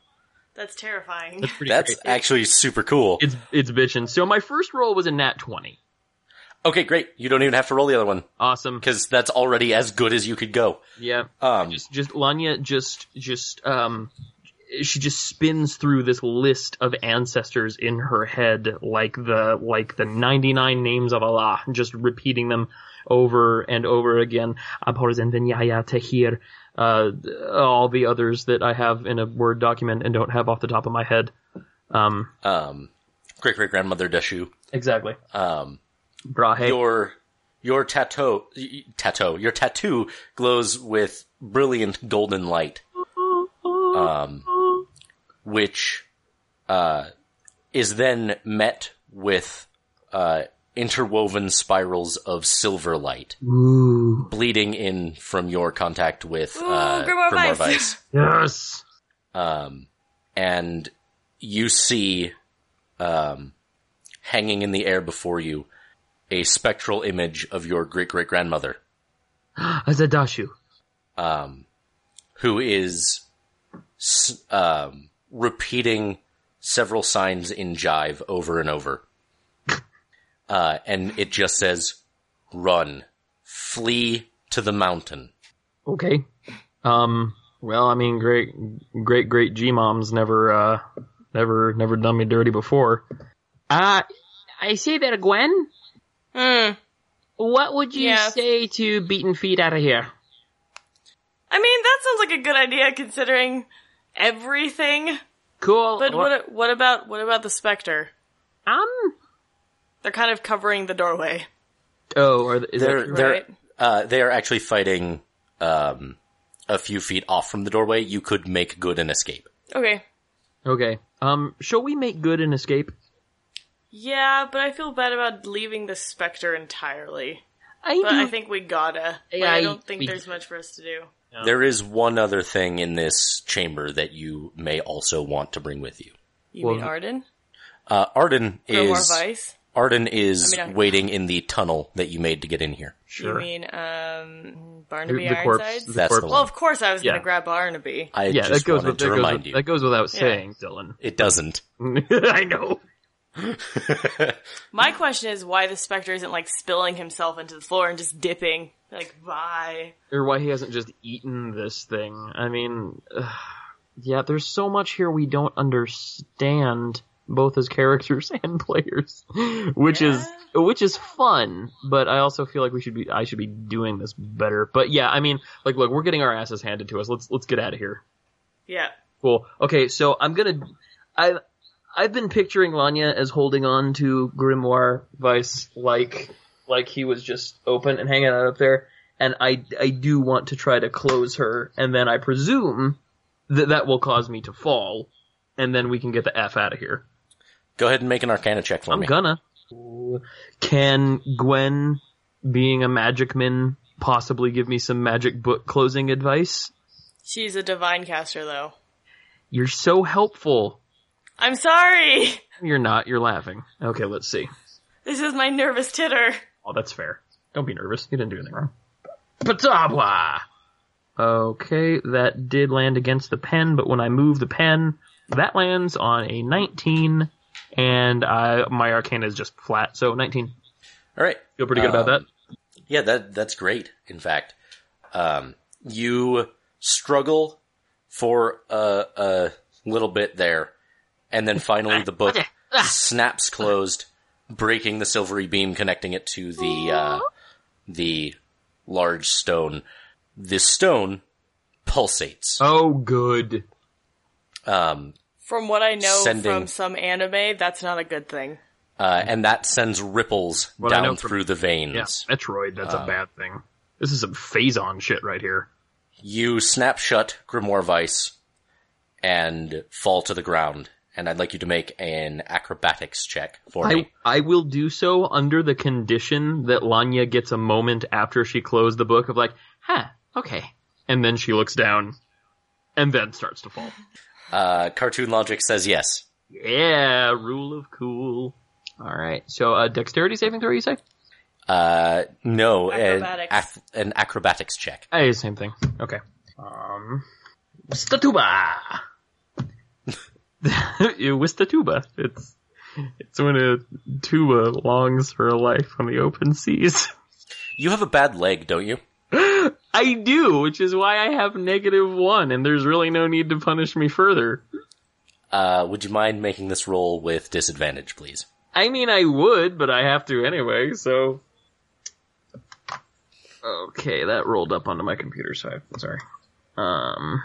Speaker 2: That's terrifying.
Speaker 3: That's pretty
Speaker 1: That's
Speaker 3: great.
Speaker 1: actually super cool.
Speaker 3: It's it's bitchin'. So my first roll was a nat twenty.
Speaker 1: Okay, great. You don't even have to roll the other one
Speaker 3: Awesome.
Speaker 1: because that's already as good as you could go.
Speaker 3: Yeah.
Speaker 1: Um,
Speaker 3: just just Lanya just just um she just spins through this list of ancestors in her head like the like the 99 names of Allah just repeating them over and over again Abhors and Vinyaya Tahir uh all the others that I have in a word document and don't have off the top of my head um
Speaker 1: um, great great grandmother Deshu.
Speaker 3: exactly
Speaker 1: Um,
Speaker 3: Brahe
Speaker 1: your your tattoo tattoo your tattoo glows with brilliant golden light um, which uh, is then met with uh, interwoven spirals of silver light
Speaker 3: Ooh.
Speaker 1: bleeding in from your contact with
Speaker 2: Ooh,
Speaker 1: uh,
Speaker 2: Grimoire
Speaker 1: Grimoire
Speaker 2: Vice.
Speaker 1: Vice.
Speaker 3: yes
Speaker 1: Um, and you see, um, hanging in the air before you, a spectral image of your great great grandmother,
Speaker 3: Azadashu
Speaker 1: um, who is, s- um, repeating several signs in jive over and over. Uh, and it just says, run, flee to the mountain.
Speaker 3: Okay. Um. Well, I mean, great, great, great G mom's never, uh, never, never done me dirty before. Uh, I say that, Gwen.
Speaker 2: Mm.
Speaker 3: What would you
Speaker 2: Yes.
Speaker 3: say to beaten feet out of here?
Speaker 2: I mean, that sounds like a good idea considering everything.
Speaker 3: Cool.
Speaker 2: But what what about what about the specter?
Speaker 3: Um.
Speaker 2: They're kind of covering the doorway,
Speaker 3: Oh, are the, is
Speaker 1: They're,
Speaker 3: that true?
Speaker 1: they're,
Speaker 2: right?
Speaker 1: uh, they are actually fighting, um, a few feet off from the doorway. You could make good and escape.
Speaker 2: Okay.
Speaker 3: okay. Um. Shall we make good and escape?
Speaker 2: Yeah, but I feel bad about leaving the specter entirely.
Speaker 3: I
Speaker 2: But I think we gotta. Like,
Speaker 3: Mm-hmm. Yeah,
Speaker 2: I don't
Speaker 3: we-
Speaker 2: think there's much for us to do.
Speaker 1: There is one other thing in this chamber that you may also want to bring with you.
Speaker 2: You mean
Speaker 3: Well-
Speaker 2: Arden?
Speaker 1: Uh, Arden
Speaker 2: Grimoire
Speaker 1: is,
Speaker 2: Vice?
Speaker 1: Arden is
Speaker 2: I mean, I-
Speaker 1: waiting in the tunnel that you made to get in here.
Speaker 3: sure.
Speaker 2: You mean um
Speaker 3: The,
Speaker 2: Barnaby
Speaker 3: the corpse.
Speaker 2: Ironsides?
Speaker 3: The
Speaker 1: That's
Speaker 3: corpse.
Speaker 1: the
Speaker 2: Well, of course I was
Speaker 3: Yeah.
Speaker 2: gonna grab Barnaby.
Speaker 1: I
Speaker 3: yeah, that
Speaker 1: just
Speaker 3: goes.
Speaker 1: wanted
Speaker 3: With,
Speaker 1: to
Speaker 3: that, goes
Speaker 1: remind
Speaker 3: with,
Speaker 1: you.
Speaker 3: that goes without saying, Dylan.
Speaker 1: It doesn't.
Speaker 3: I know.
Speaker 2: My question is why the Spectre isn't like spilling himself into the floor and just dipping. Like, why?
Speaker 3: or why he hasn't just eaten this thing. I mean, ugh, yeah, there's so much here we don't understand, both as characters and players, which is which is fun. But I also feel like we should be I should be doing this better. But yeah, I mean, like, look, we're getting our asses handed to us. Let's let's get out of here.
Speaker 2: Yeah.
Speaker 3: Cool. Okay, so I'm gonna I. I've been picturing Lanya as holding on to Grimoire Vice like like he was just open and hanging out up there, and I I do want to try to close her, and then I presume that that will cause me to fall, and then we can get the f out of here.
Speaker 1: Go ahead and make an Arcana check for
Speaker 3: I'm
Speaker 1: me.
Speaker 3: gonna. Can Gwen, being a magic man, possibly give me some magic book closing advice?
Speaker 2: She's a divine caster though.
Speaker 3: You're so helpful.
Speaker 2: I'm sorry.
Speaker 3: You're not. You're laughing. Okay, let's see.
Speaker 2: This is my nervous titter.
Speaker 3: Oh, that's fair. Don't be nervous. You didn't do anything wrong. Patabwa! Okay, that did land against the pen, but when I move the pen, that lands on a 19, and I, my arcana is just flat, so 19.
Speaker 1: All right.
Speaker 3: Feel pretty good about that.
Speaker 1: Yeah, that that's great. In fact, um, you struggle for a, a little bit there, and then finally the book snaps closed, breaking the silvery beam connecting it to the uh, the large stone. The stone pulsates.
Speaker 3: Oh, good.
Speaker 1: Um,
Speaker 2: From what I know
Speaker 1: Sending-
Speaker 2: from some anime, that's not a good thing.
Speaker 1: uh, and that sends ripples
Speaker 3: Well, I know
Speaker 1: down
Speaker 3: from-
Speaker 1: through the veins.
Speaker 3: Yeah, Metroid, that's a bad thing. This is some phazon shit right here.
Speaker 1: You snap shut Grimoire Vice and fall to the ground. And I'd like you to make an acrobatics check for
Speaker 3: I,
Speaker 1: me.
Speaker 3: I will do so under the condition that Lanya gets a moment after she closed the book of like, huh, okay. And then she looks down and then starts to fall.
Speaker 1: Uh, Cartoon Logic says yes.
Speaker 3: Yeah, rule of cool. All right. So, uh, dexterity saving throw, you say?
Speaker 1: Uh, no, an,
Speaker 2: Acrobatics.
Speaker 1: ath- an acrobatics check.
Speaker 3: Hey, same thing. Okay. Um, Wistatuba. Wistatuba. It's it's when a tuba longs for a life on the open seas.
Speaker 1: You have a bad leg, don't you?
Speaker 3: I do, which is why I have negative one, and there's really no need to punish me further.
Speaker 1: Uh, would you mind making this roll with disadvantage, please?
Speaker 3: I mean, I would, but I have to anyway, so. Okay, that rolled up onto my computer, so I'm sorry. Um.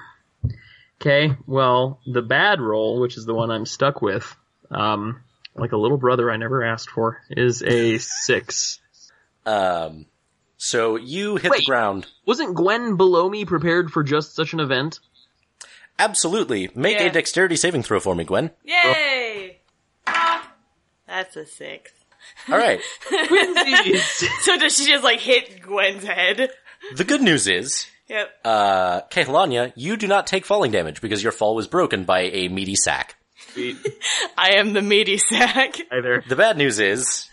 Speaker 3: Okay, well, the bad roll, which is the one I'm stuck with, um, like a little brother I never asked for, is a six.
Speaker 1: Um, so you hit the
Speaker 3: Wait.
Speaker 1: ground.
Speaker 3: Wasn't Gwen below me prepared for just such an event?
Speaker 1: Absolutely. Make
Speaker 2: Yeah.
Speaker 1: a dexterity saving throw for me, Gwen.
Speaker 2: Yay! Ah, That's a six.
Speaker 1: All right.
Speaker 3: Twinsies!
Speaker 2: So does she just like hit Gwen's head?
Speaker 1: the good news is
Speaker 2: Yep.
Speaker 1: Uh, Kehlanya, you do not take falling damage because your fall was broken by a meaty sack.
Speaker 2: I am the meaty sack.
Speaker 3: Hi there.
Speaker 1: The bad news is,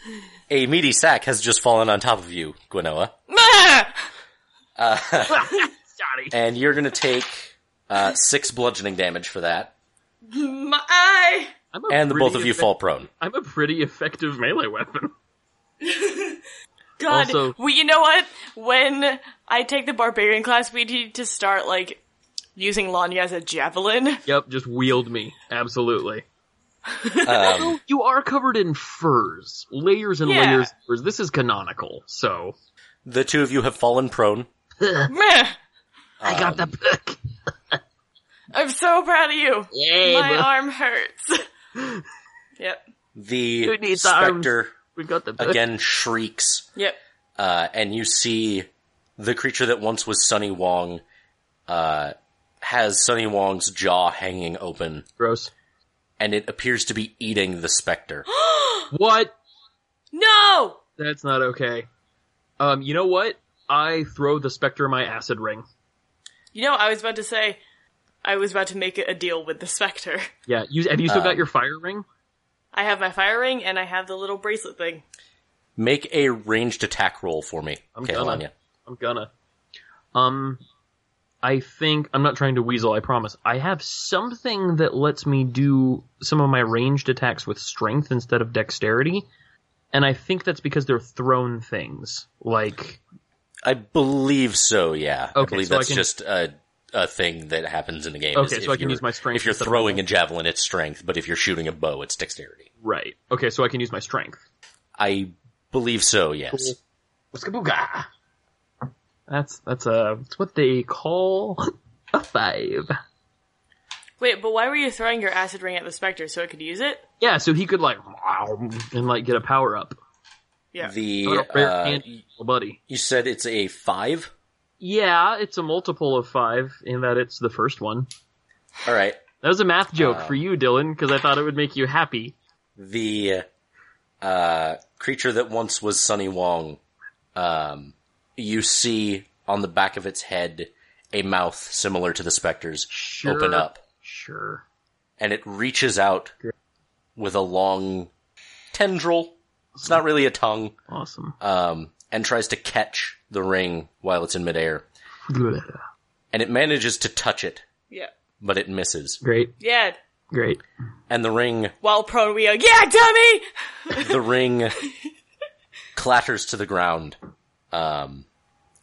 Speaker 1: a meaty sack has just fallen on top of you, Gwenoa,
Speaker 2: Ah!
Speaker 3: Sorry.
Speaker 1: and you're gonna take, uh, six bludgeoning damage for that,
Speaker 2: My eye!
Speaker 3: I'm a
Speaker 1: and the
Speaker 3: pretty
Speaker 1: both of you
Speaker 3: effect-
Speaker 1: fall prone.
Speaker 3: I'm a pretty effective melee weapon.
Speaker 2: God,
Speaker 3: Also-
Speaker 2: we, you know what? When I take the barbarian class, we need to start like using Lanya as a javelin.
Speaker 3: Yep, just wield me. Absolutely. Well, you are covered in furs, layers and
Speaker 2: Yeah.
Speaker 3: layers. Of furs. This is canonical, so
Speaker 1: The two of you have fallen prone.
Speaker 2: Meh.
Speaker 3: I got the book.
Speaker 2: I'm so proud of you.
Speaker 3: Yay!
Speaker 2: My
Speaker 3: bro.
Speaker 2: arm hurts. yep.
Speaker 1: The
Speaker 3: needs
Speaker 1: specter
Speaker 3: we got the book.
Speaker 1: again shrieks,
Speaker 2: Yep.
Speaker 1: uh, and you see the creature that once was Sunny Wong, uh, has Sunny Wong's jaw hanging open,
Speaker 3: Gross.
Speaker 1: and it appears to be eating the specter.
Speaker 3: What?
Speaker 2: No!
Speaker 3: That's not okay. Um, you know what? I throw the specter my acid ring.
Speaker 2: You know, I was about to say, I was about to make a deal with the Spectre.
Speaker 3: Yeah, you have you still got your fire ring?
Speaker 2: I have my fire ring and I have the little bracelet thing.
Speaker 1: Make a ranged attack roll for me.
Speaker 3: I'm
Speaker 1: okay,
Speaker 3: gonna.
Speaker 1: Alanya.
Speaker 3: I'm gonna. Um, I think I'm not trying to weasel. I promise. I have something that lets me do some of my ranged attacks with strength instead of dexterity, and I think that's because they're thrown things. Like
Speaker 1: I believe so. Yeah, I
Speaker 3: Okay,
Speaker 1: believe
Speaker 3: so I
Speaker 1: that's
Speaker 3: can-
Speaker 1: just a a thing that happens in the game.
Speaker 3: Okay,
Speaker 1: is
Speaker 3: so
Speaker 1: if
Speaker 3: I can
Speaker 1: you're-
Speaker 3: use my strength
Speaker 1: If you're
Speaker 3: instead of
Speaker 1: throwing a javelin, it's strength, but if you're shooting a bow, it's dexterity.
Speaker 3: right. Okay, so I can use my strength.
Speaker 1: I believe so. Yes.
Speaker 3: Skabooga. That's that's a it's what they call a five.
Speaker 2: Wait, but why were you throwing your acid ring at the specter so it could use it?
Speaker 3: Yeah, so he could like and like get a power up.
Speaker 2: Yeah.
Speaker 1: The
Speaker 3: What a rare
Speaker 1: uh,
Speaker 3: candy, little buddy.
Speaker 1: you said it's a five.
Speaker 3: Yeah, it's a multiple of five in that it's the first one.
Speaker 1: All right.
Speaker 3: That was a math joke for you, Dylan, because I thought it would make you happy.
Speaker 1: The uh, creature that once was Sunny Wong, um, you see on the back of its head a mouth similar to the specter's
Speaker 3: Sure.
Speaker 1: open up.
Speaker 3: Sure.
Speaker 1: and it reaches out with a long tendril. It's not really a tongue,
Speaker 3: Awesome.
Speaker 1: um, and tries to catch the ring while it's in midair. And it manages to touch it,
Speaker 2: Yeah.
Speaker 1: but it misses.
Speaker 3: Great.
Speaker 2: Yeah.
Speaker 3: Great.
Speaker 1: And the ring,
Speaker 2: While prone, we go, yeah, dummy!
Speaker 1: the ring clatters to the ground, um,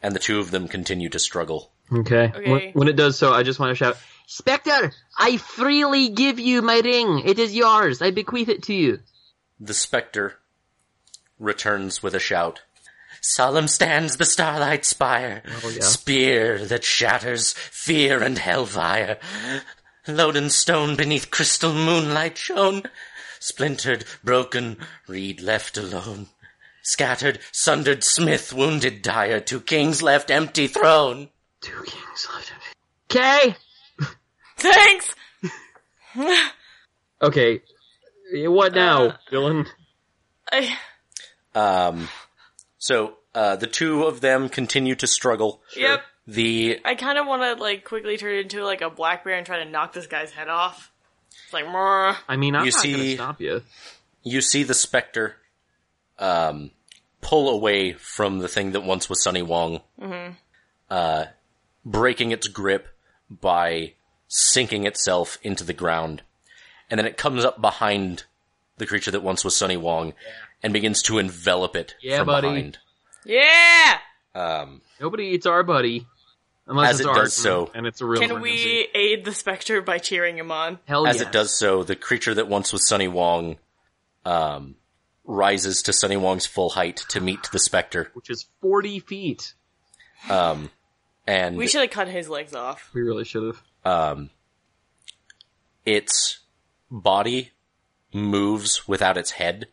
Speaker 1: and the two of them continue to struggle.
Speaker 3: Okay.
Speaker 2: Okay.
Speaker 3: When, when it does so, I just want to shout, Spectre, I freely give you my ring. It is yours. I bequeath it to you.
Speaker 1: The specter returns with a shout. Solemn stands the starlight spire,
Speaker 3: yeah.
Speaker 1: spear that shatters fear and hellfire. Loden stone beneath crystal moonlight shone, splintered, broken, reed left alone. Scattered, sundered, smith wounded, dire, two kings left empty throne.
Speaker 3: Two kings left. Okay.
Speaker 2: Thanks!
Speaker 3: Okay. Eh, What now,
Speaker 2: Uh.
Speaker 3: Dylan?
Speaker 2: I,
Speaker 1: Um, so uh, the two of them continue to struggle.
Speaker 2: Yep.
Speaker 1: The
Speaker 2: I kind of want to, like, quickly turn into, like, a black bear and try to knock this guy's head off. It's like, "Mrrr."
Speaker 3: I mean, I'm
Speaker 1: You
Speaker 3: not going
Speaker 1: see-
Speaker 3: to stop you.
Speaker 1: you see the specter um, pull away from the thing that once was Sunny Wong, uh, breaking its grip by sinking itself into the ground, and then it comes up behind the creature that once was Sunny Wong and begins to envelop it
Speaker 3: Yeah,
Speaker 1: from
Speaker 3: buddy.
Speaker 1: behind.
Speaker 2: Yeah!
Speaker 1: Um,
Speaker 3: Nobody eats our buddy. Unless
Speaker 1: As
Speaker 3: it's
Speaker 1: it
Speaker 3: our
Speaker 1: does so.
Speaker 3: and it's a real
Speaker 2: Can we
Speaker 3: emergency.
Speaker 2: aid the specter by cheering him on?
Speaker 3: Hell
Speaker 1: as
Speaker 3: yes.
Speaker 1: it does so, the creature that once was Sunny Wong um, rises to Sunny Wong's full height to meet the specter,
Speaker 3: which is 40 feet.
Speaker 1: and
Speaker 2: We should have cut his legs off.
Speaker 3: We really should have.
Speaker 1: its body moves without its head.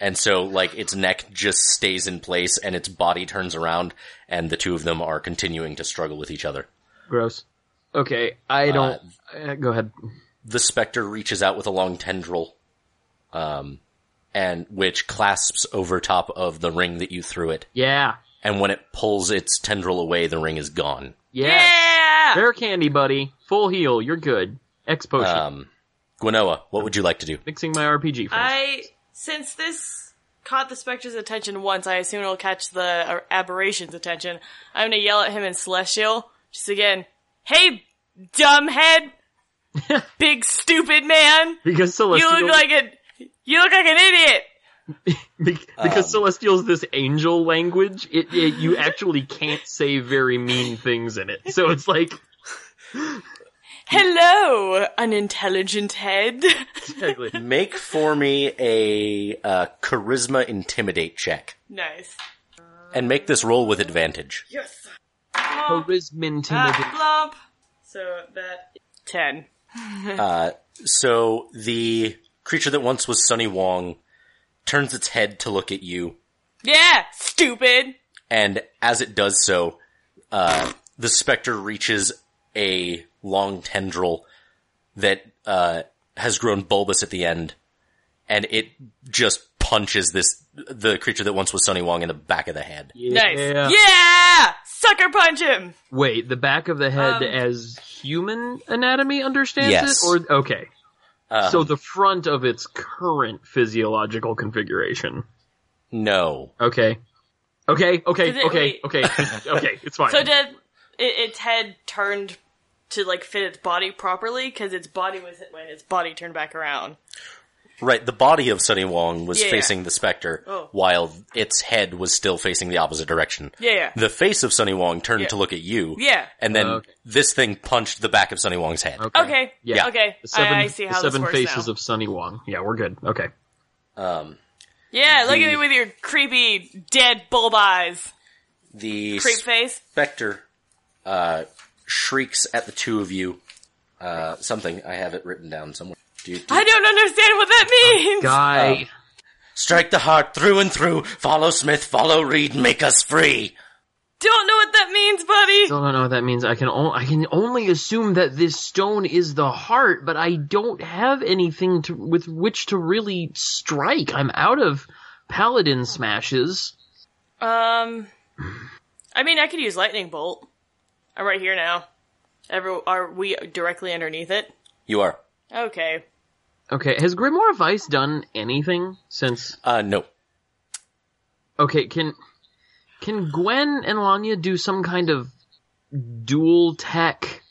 Speaker 1: And so, like, its neck just stays in place and its body turns around and the two of them are continuing to struggle with each other.
Speaker 3: Gross. Okay, I don't. Uh, go ahead.
Speaker 1: The specter reaches out with a long tendril, um, and which clasps over top of the ring that you threw it.
Speaker 3: Yeah.
Speaker 1: And when it pulls its tendril away, the ring is gone.
Speaker 3: Yeah.
Speaker 2: Yeah!
Speaker 3: Bear candy, buddy. Full heal. You're good. X potion.
Speaker 1: Um, Gwenoa, what would you like to do?
Speaker 3: Mixing my RPG. Friends.
Speaker 2: I, since this caught the specter's attention once, I assume it'll catch the uh, aberration's attention. I'm gonna yell at him in Celestial, just again, hey, dumbhead! Big stupid man!
Speaker 3: because
Speaker 2: You
Speaker 3: Celestial.
Speaker 2: look like an, you look like an idiot!
Speaker 3: bec- because Celestial's this angel language, it, it you actually can't say very mean things in it. So it's like,
Speaker 2: Hello, unintelligent head.
Speaker 3: exactly.
Speaker 1: Make for me a uh, charisma intimidate check.
Speaker 2: nice.
Speaker 1: and make this roll with advantage.
Speaker 2: Yes!
Speaker 3: Charisma intimidate.
Speaker 2: Ah, blump. So that ten.
Speaker 1: So the creature that once was Sunny Wong turns its head to look at you,
Speaker 2: Yeah, stupid.
Speaker 1: and as it does so, uh, the specter reaches a long tendril that uh, has grown bulbous at the end, and it just punches this the creature that once was Sunny Wong in the back of the head.
Speaker 2: Nice. Yeah, sucker punch him.
Speaker 3: Wait, the back of the head
Speaker 2: Um,
Speaker 3: as human anatomy understands
Speaker 1: Yes.
Speaker 3: it, or okay. so the front of its current physiological configuration.
Speaker 1: No,
Speaker 3: Okay. Okay. Okay.
Speaker 2: Is it-
Speaker 3: okay.
Speaker 2: wait.
Speaker 3: Okay. okay. It's fine.
Speaker 2: So did it, its head turned to like fit its body properly because its body was hit when its body turned back around.
Speaker 1: Right, the body of Sunny Wong was
Speaker 2: Yeah.
Speaker 1: facing the specter,
Speaker 2: Oh.
Speaker 1: while its head was still facing the opposite direction.
Speaker 2: Yeah, yeah.
Speaker 1: The face of Sunny Wong turned
Speaker 2: Yeah.
Speaker 1: to look at you.
Speaker 2: Yeah.
Speaker 1: And then
Speaker 3: Oh, okay.
Speaker 1: this thing punched the back of Sunny Wong's head.
Speaker 2: Okay.
Speaker 3: Yeah.
Speaker 2: Okay.
Speaker 3: The seven,
Speaker 2: I, I see
Speaker 3: the
Speaker 2: how
Speaker 3: seven
Speaker 2: this works
Speaker 3: faces
Speaker 2: now.
Speaker 3: of Sunny Wong. Yeah, we're good. Okay.
Speaker 1: Um,
Speaker 2: yeah, look at
Speaker 1: the-
Speaker 2: me with your creepy dead bulb eyes,
Speaker 1: the
Speaker 2: creep face.
Speaker 1: specter uh, shrieks at the two of you. Uh, something I have it written down somewhere. Do, do-
Speaker 2: I don't understand what
Speaker 3: Oh,
Speaker 2: that means.
Speaker 3: Guy.
Speaker 1: Strike the heart through and through. Follow Smith. Follow Reed. Make us free.
Speaker 2: Don't know what that means, buddy.
Speaker 3: Still don't know what that means. I can o- I can only assume that this stone is the heart, but I don't have anything to, with which to really strike. I'm out of paladin smashes.
Speaker 2: Um, I mean, I could use lightning bolt. I'm right here now. Ever are we directly underneath it?
Speaker 1: You are.
Speaker 2: Okay.
Speaker 3: Okay, has Grimoire of Ice done anything since?
Speaker 1: Uh, no.
Speaker 3: Okay, can can Gwen and Lanya do some kind of dual tech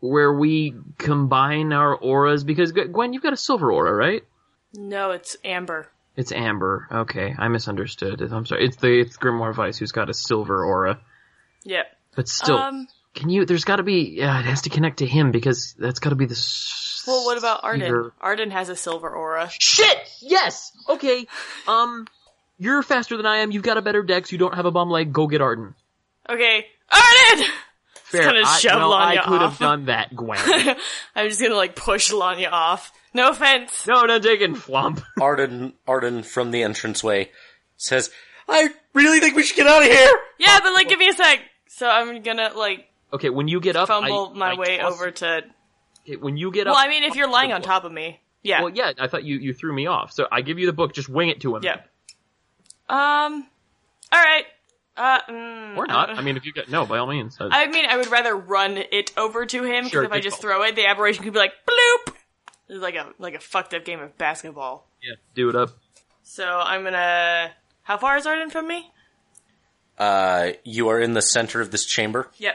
Speaker 3: where we combine our auras? Because G- Gwen, you've got a silver aura, right?
Speaker 2: No, it's amber.
Speaker 3: It's Amber. Okay, I misunderstood. I'm sorry. It's the it's Grimoire Vice who's got a silver aura,
Speaker 2: Yep.
Speaker 3: but still,
Speaker 2: Um,
Speaker 3: can you? There's got to be. Yeah, it has to connect to him because that's got to be the. s-
Speaker 2: well, what about Arden?
Speaker 3: sphere.
Speaker 2: Arden has a silver aura.
Speaker 3: Shit. Yes. Okay. Um, you're faster than I am. You've got a better dex. You don't have a bum leg. Go get Arden.
Speaker 2: Okay, Arden.
Speaker 3: Fair.
Speaker 2: gonna
Speaker 3: I,
Speaker 2: shove
Speaker 3: no, I
Speaker 2: Lanya
Speaker 3: could
Speaker 2: off.
Speaker 3: have done that, Gwen.
Speaker 2: I'm just gonna like push Lanya off. No offense.
Speaker 3: no, no, taking flump.
Speaker 1: Arden, Arden from the entranceway says, I really think we should get out of here!
Speaker 2: Yeah, but like, give me a sec. So I'm gonna like
Speaker 3: Okay, when you get up, Oh, I-
Speaker 2: fumble my
Speaker 3: I
Speaker 2: way
Speaker 3: toss-
Speaker 2: over to.
Speaker 3: okay, When you get up,
Speaker 2: Well, I mean, if you're lying on top of me, yeah,
Speaker 3: Well, yeah, I thought you you threw me off. So I give you the book. Just wing it to him.
Speaker 2: yeah. Um. All right. Uh. mm,
Speaker 3: Or not. I mean, if you get no, by all means. Uh,
Speaker 2: I mean, I would rather run it over to him because
Speaker 3: Sure,
Speaker 2: if I
Speaker 3: good
Speaker 2: just
Speaker 3: call.
Speaker 2: throw it, the aberration could be like bloop. It's like a like a fucked up game of basketball.
Speaker 3: yeah, do it up.
Speaker 2: So I'm gonna. How far is Arden from me?
Speaker 1: Uh, you are in the center of this chamber,
Speaker 2: Yep.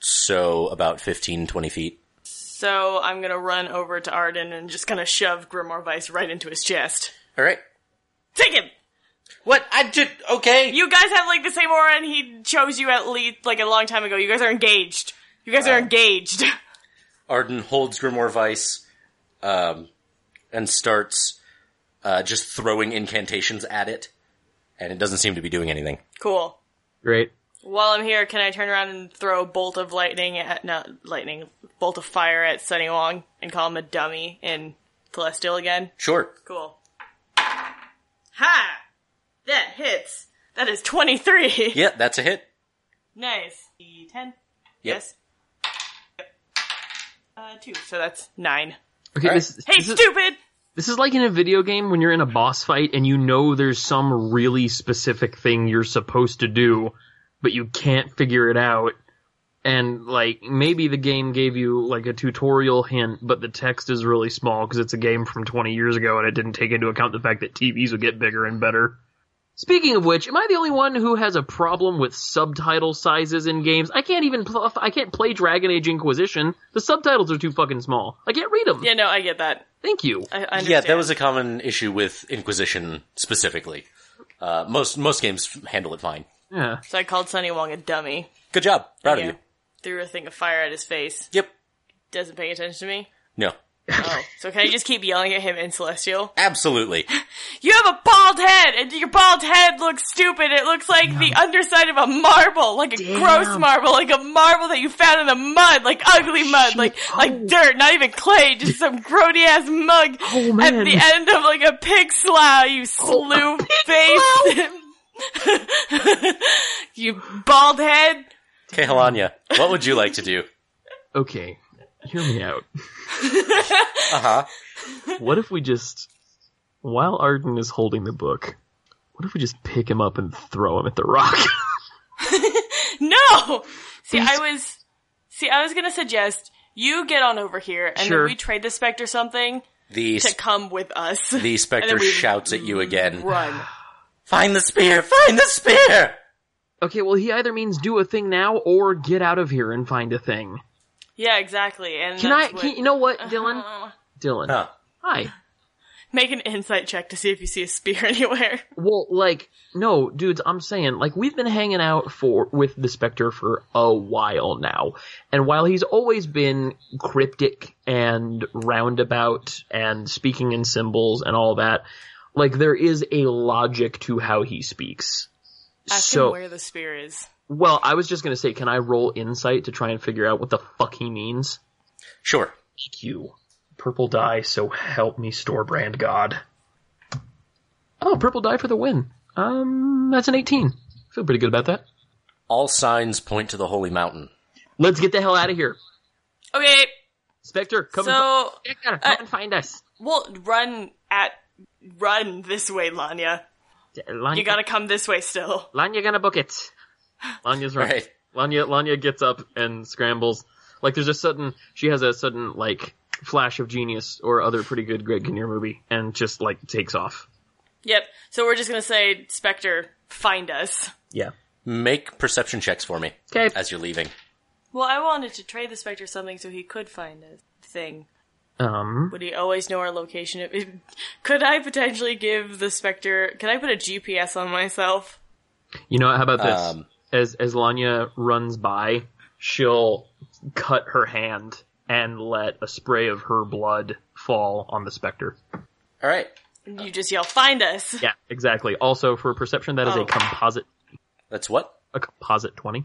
Speaker 1: so about 15, 20 feet.
Speaker 2: So I'm gonna run over to Arden and just kind of shove Grimoire Vice right into his chest.
Speaker 1: Alright.
Speaker 2: Take him.
Speaker 1: What? I just, okay.
Speaker 2: You guys have like the same aura, and he chose you at least like a long time ago. You guys are engaged. You guys
Speaker 3: Uh.
Speaker 2: are engaged.
Speaker 1: Arden holds Grimoire Vice, um, and starts, uh, just throwing incantations at it, and it doesn't seem to be doing anything.
Speaker 2: cool.
Speaker 3: Great.
Speaker 2: While I'm here, can I turn around and throw a bolt of lightning at not lightning, bolt of fire at Sunny Wong and call him a dummy in Celestial again?
Speaker 1: Sure.
Speaker 2: Cool. Ha! That hits. That is 23.
Speaker 1: Yeah, that's a hit.
Speaker 2: Nice. D10.
Speaker 1: Yep.
Speaker 2: Yes. Uh, two. So that's nine.
Speaker 3: Okay,
Speaker 1: All
Speaker 3: this,
Speaker 2: Hey,
Speaker 3: this is,
Speaker 2: stupid!
Speaker 3: this is like in a video game when you're in a boss fight and you know there's some really specific thing you're supposed to do, but you can't figure it out. And like maybe the game gave you like a tutorial hint, but the text is really small because it's a game from 20 years ago and it didn't take into account the fact that TVs would get bigger and better. Speaking of which, am I the only one who has a problem with subtitle sizes in games? I can't even pl- I can't play Dragon Age Inquisition. The subtitles are too fucking small. I can't read them.
Speaker 2: Yeah, no, I get that.
Speaker 3: Thank you.
Speaker 2: I, I understand.
Speaker 1: Yeah, that was a common issue with Inquisition specifically. Uh, most, most games handle it fine.
Speaker 3: Yeah.
Speaker 2: So I called Sunny Wong a dummy.
Speaker 1: Good job. Proud
Speaker 2: Yeah.
Speaker 1: of you.
Speaker 2: Threw a thing of fire at his face.
Speaker 1: Yep.
Speaker 2: Doesn't pay attention to me.
Speaker 1: No.
Speaker 2: Oh, so can I just keep yelling at him in Celestial?
Speaker 1: Absolutely.
Speaker 2: You have a bald head, and your bald head looks stupid. It looks like the underside of a marble, like a gross marble, like a marble that you found in the mud, like ugly mud, like like dirt, not even clay, just some grody ass mug at
Speaker 3: man.
Speaker 2: the end of like a pig slough. You slew face, you bald head.
Speaker 1: Okay, Halanya, what would you like to do?
Speaker 3: Okay. Hear me out.
Speaker 1: Uh huh.
Speaker 3: What if we just, while Arden is holding the book, what if we just pick him up and throw him at the rock?
Speaker 2: No. See, I was see, I was gonna suggest you get on over here, and
Speaker 3: Sure.
Speaker 2: then we trade the specter something
Speaker 1: The
Speaker 2: to come with us.
Speaker 1: the specter
Speaker 2: then we
Speaker 1: shouts at you again.
Speaker 2: Run.
Speaker 1: Find the spear! Find the spear!
Speaker 3: Okay, well, he either means do a thing now or get out of here and find a thing.
Speaker 2: Yeah, exactly. And
Speaker 3: Can
Speaker 2: that's
Speaker 3: I?
Speaker 2: what-
Speaker 3: Can, you know what, Dylan? Dylan.
Speaker 1: Huh.
Speaker 3: Hi.
Speaker 2: Make an insight check to see if you see a spear anywhere.
Speaker 3: Well, like, no, dudes, I'm saying, like, we've been hanging out for, with the Spectre for a while now. And while he's always been cryptic and roundabout and speaking in symbols and all that, like, there is a logic to how he speaks.
Speaker 2: Ask
Speaker 3: so,
Speaker 2: him where the spear is.
Speaker 3: well, I was just gonna say, can I roll insight to try and figure out what the fuck he means?
Speaker 1: Sure.
Speaker 3: EQ. Purple die, so help me, store brand god. Oh, purple die for the win. Um, that's an 18. Feel pretty good about that.
Speaker 1: All signs point to the holy mountain.
Speaker 3: Let's get the hell out of here.
Speaker 2: Okay,
Speaker 3: Spectre, come,
Speaker 2: so
Speaker 3: and, fi- come and find us.
Speaker 2: we'll run at run this way, Lanya.
Speaker 3: Lanya,
Speaker 2: You gotta come this way still.
Speaker 3: Lanya gonna book it. Lanya's right.
Speaker 1: Right.
Speaker 3: Lanya, Lanya gets up and scrambles. Like, there's a sudden, she has a sudden, like, flash of genius or other pretty good Greg Kinnear movie and just, like, takes off.
Speaker 2: Yep. So we're just gonna say, Spectre, find us.
Speaker 3: Yeah.
Speaker 1: Make perception checks for me
Speaker 3: Okay.
Speaker 1: as you're leaving.
Speaker 2: Well, I wanted to trade the Spectre something so he could find us. Thing.
Speaker 3: Um,
Speaker 2: Would he always know our location? If- if- Could I potentially give the Spectre? Could I put a GPS on myself?
Speaker 3: You know what? How about this?
Speaker 1: Um,
Speaker 3: as as Lanya runs by, she'll cut her hand and let a spray of her blood fall on the specter.
Speaker 1: All right.
Speaker 2: You just yell, "Find us!"
Speaker 3: Yeah, exactly. Also for perception, that is
Speaker 2: Oh.
Speaker 3: a composite
Speaker 1: That's what?
Speaker 3: a composite twenty.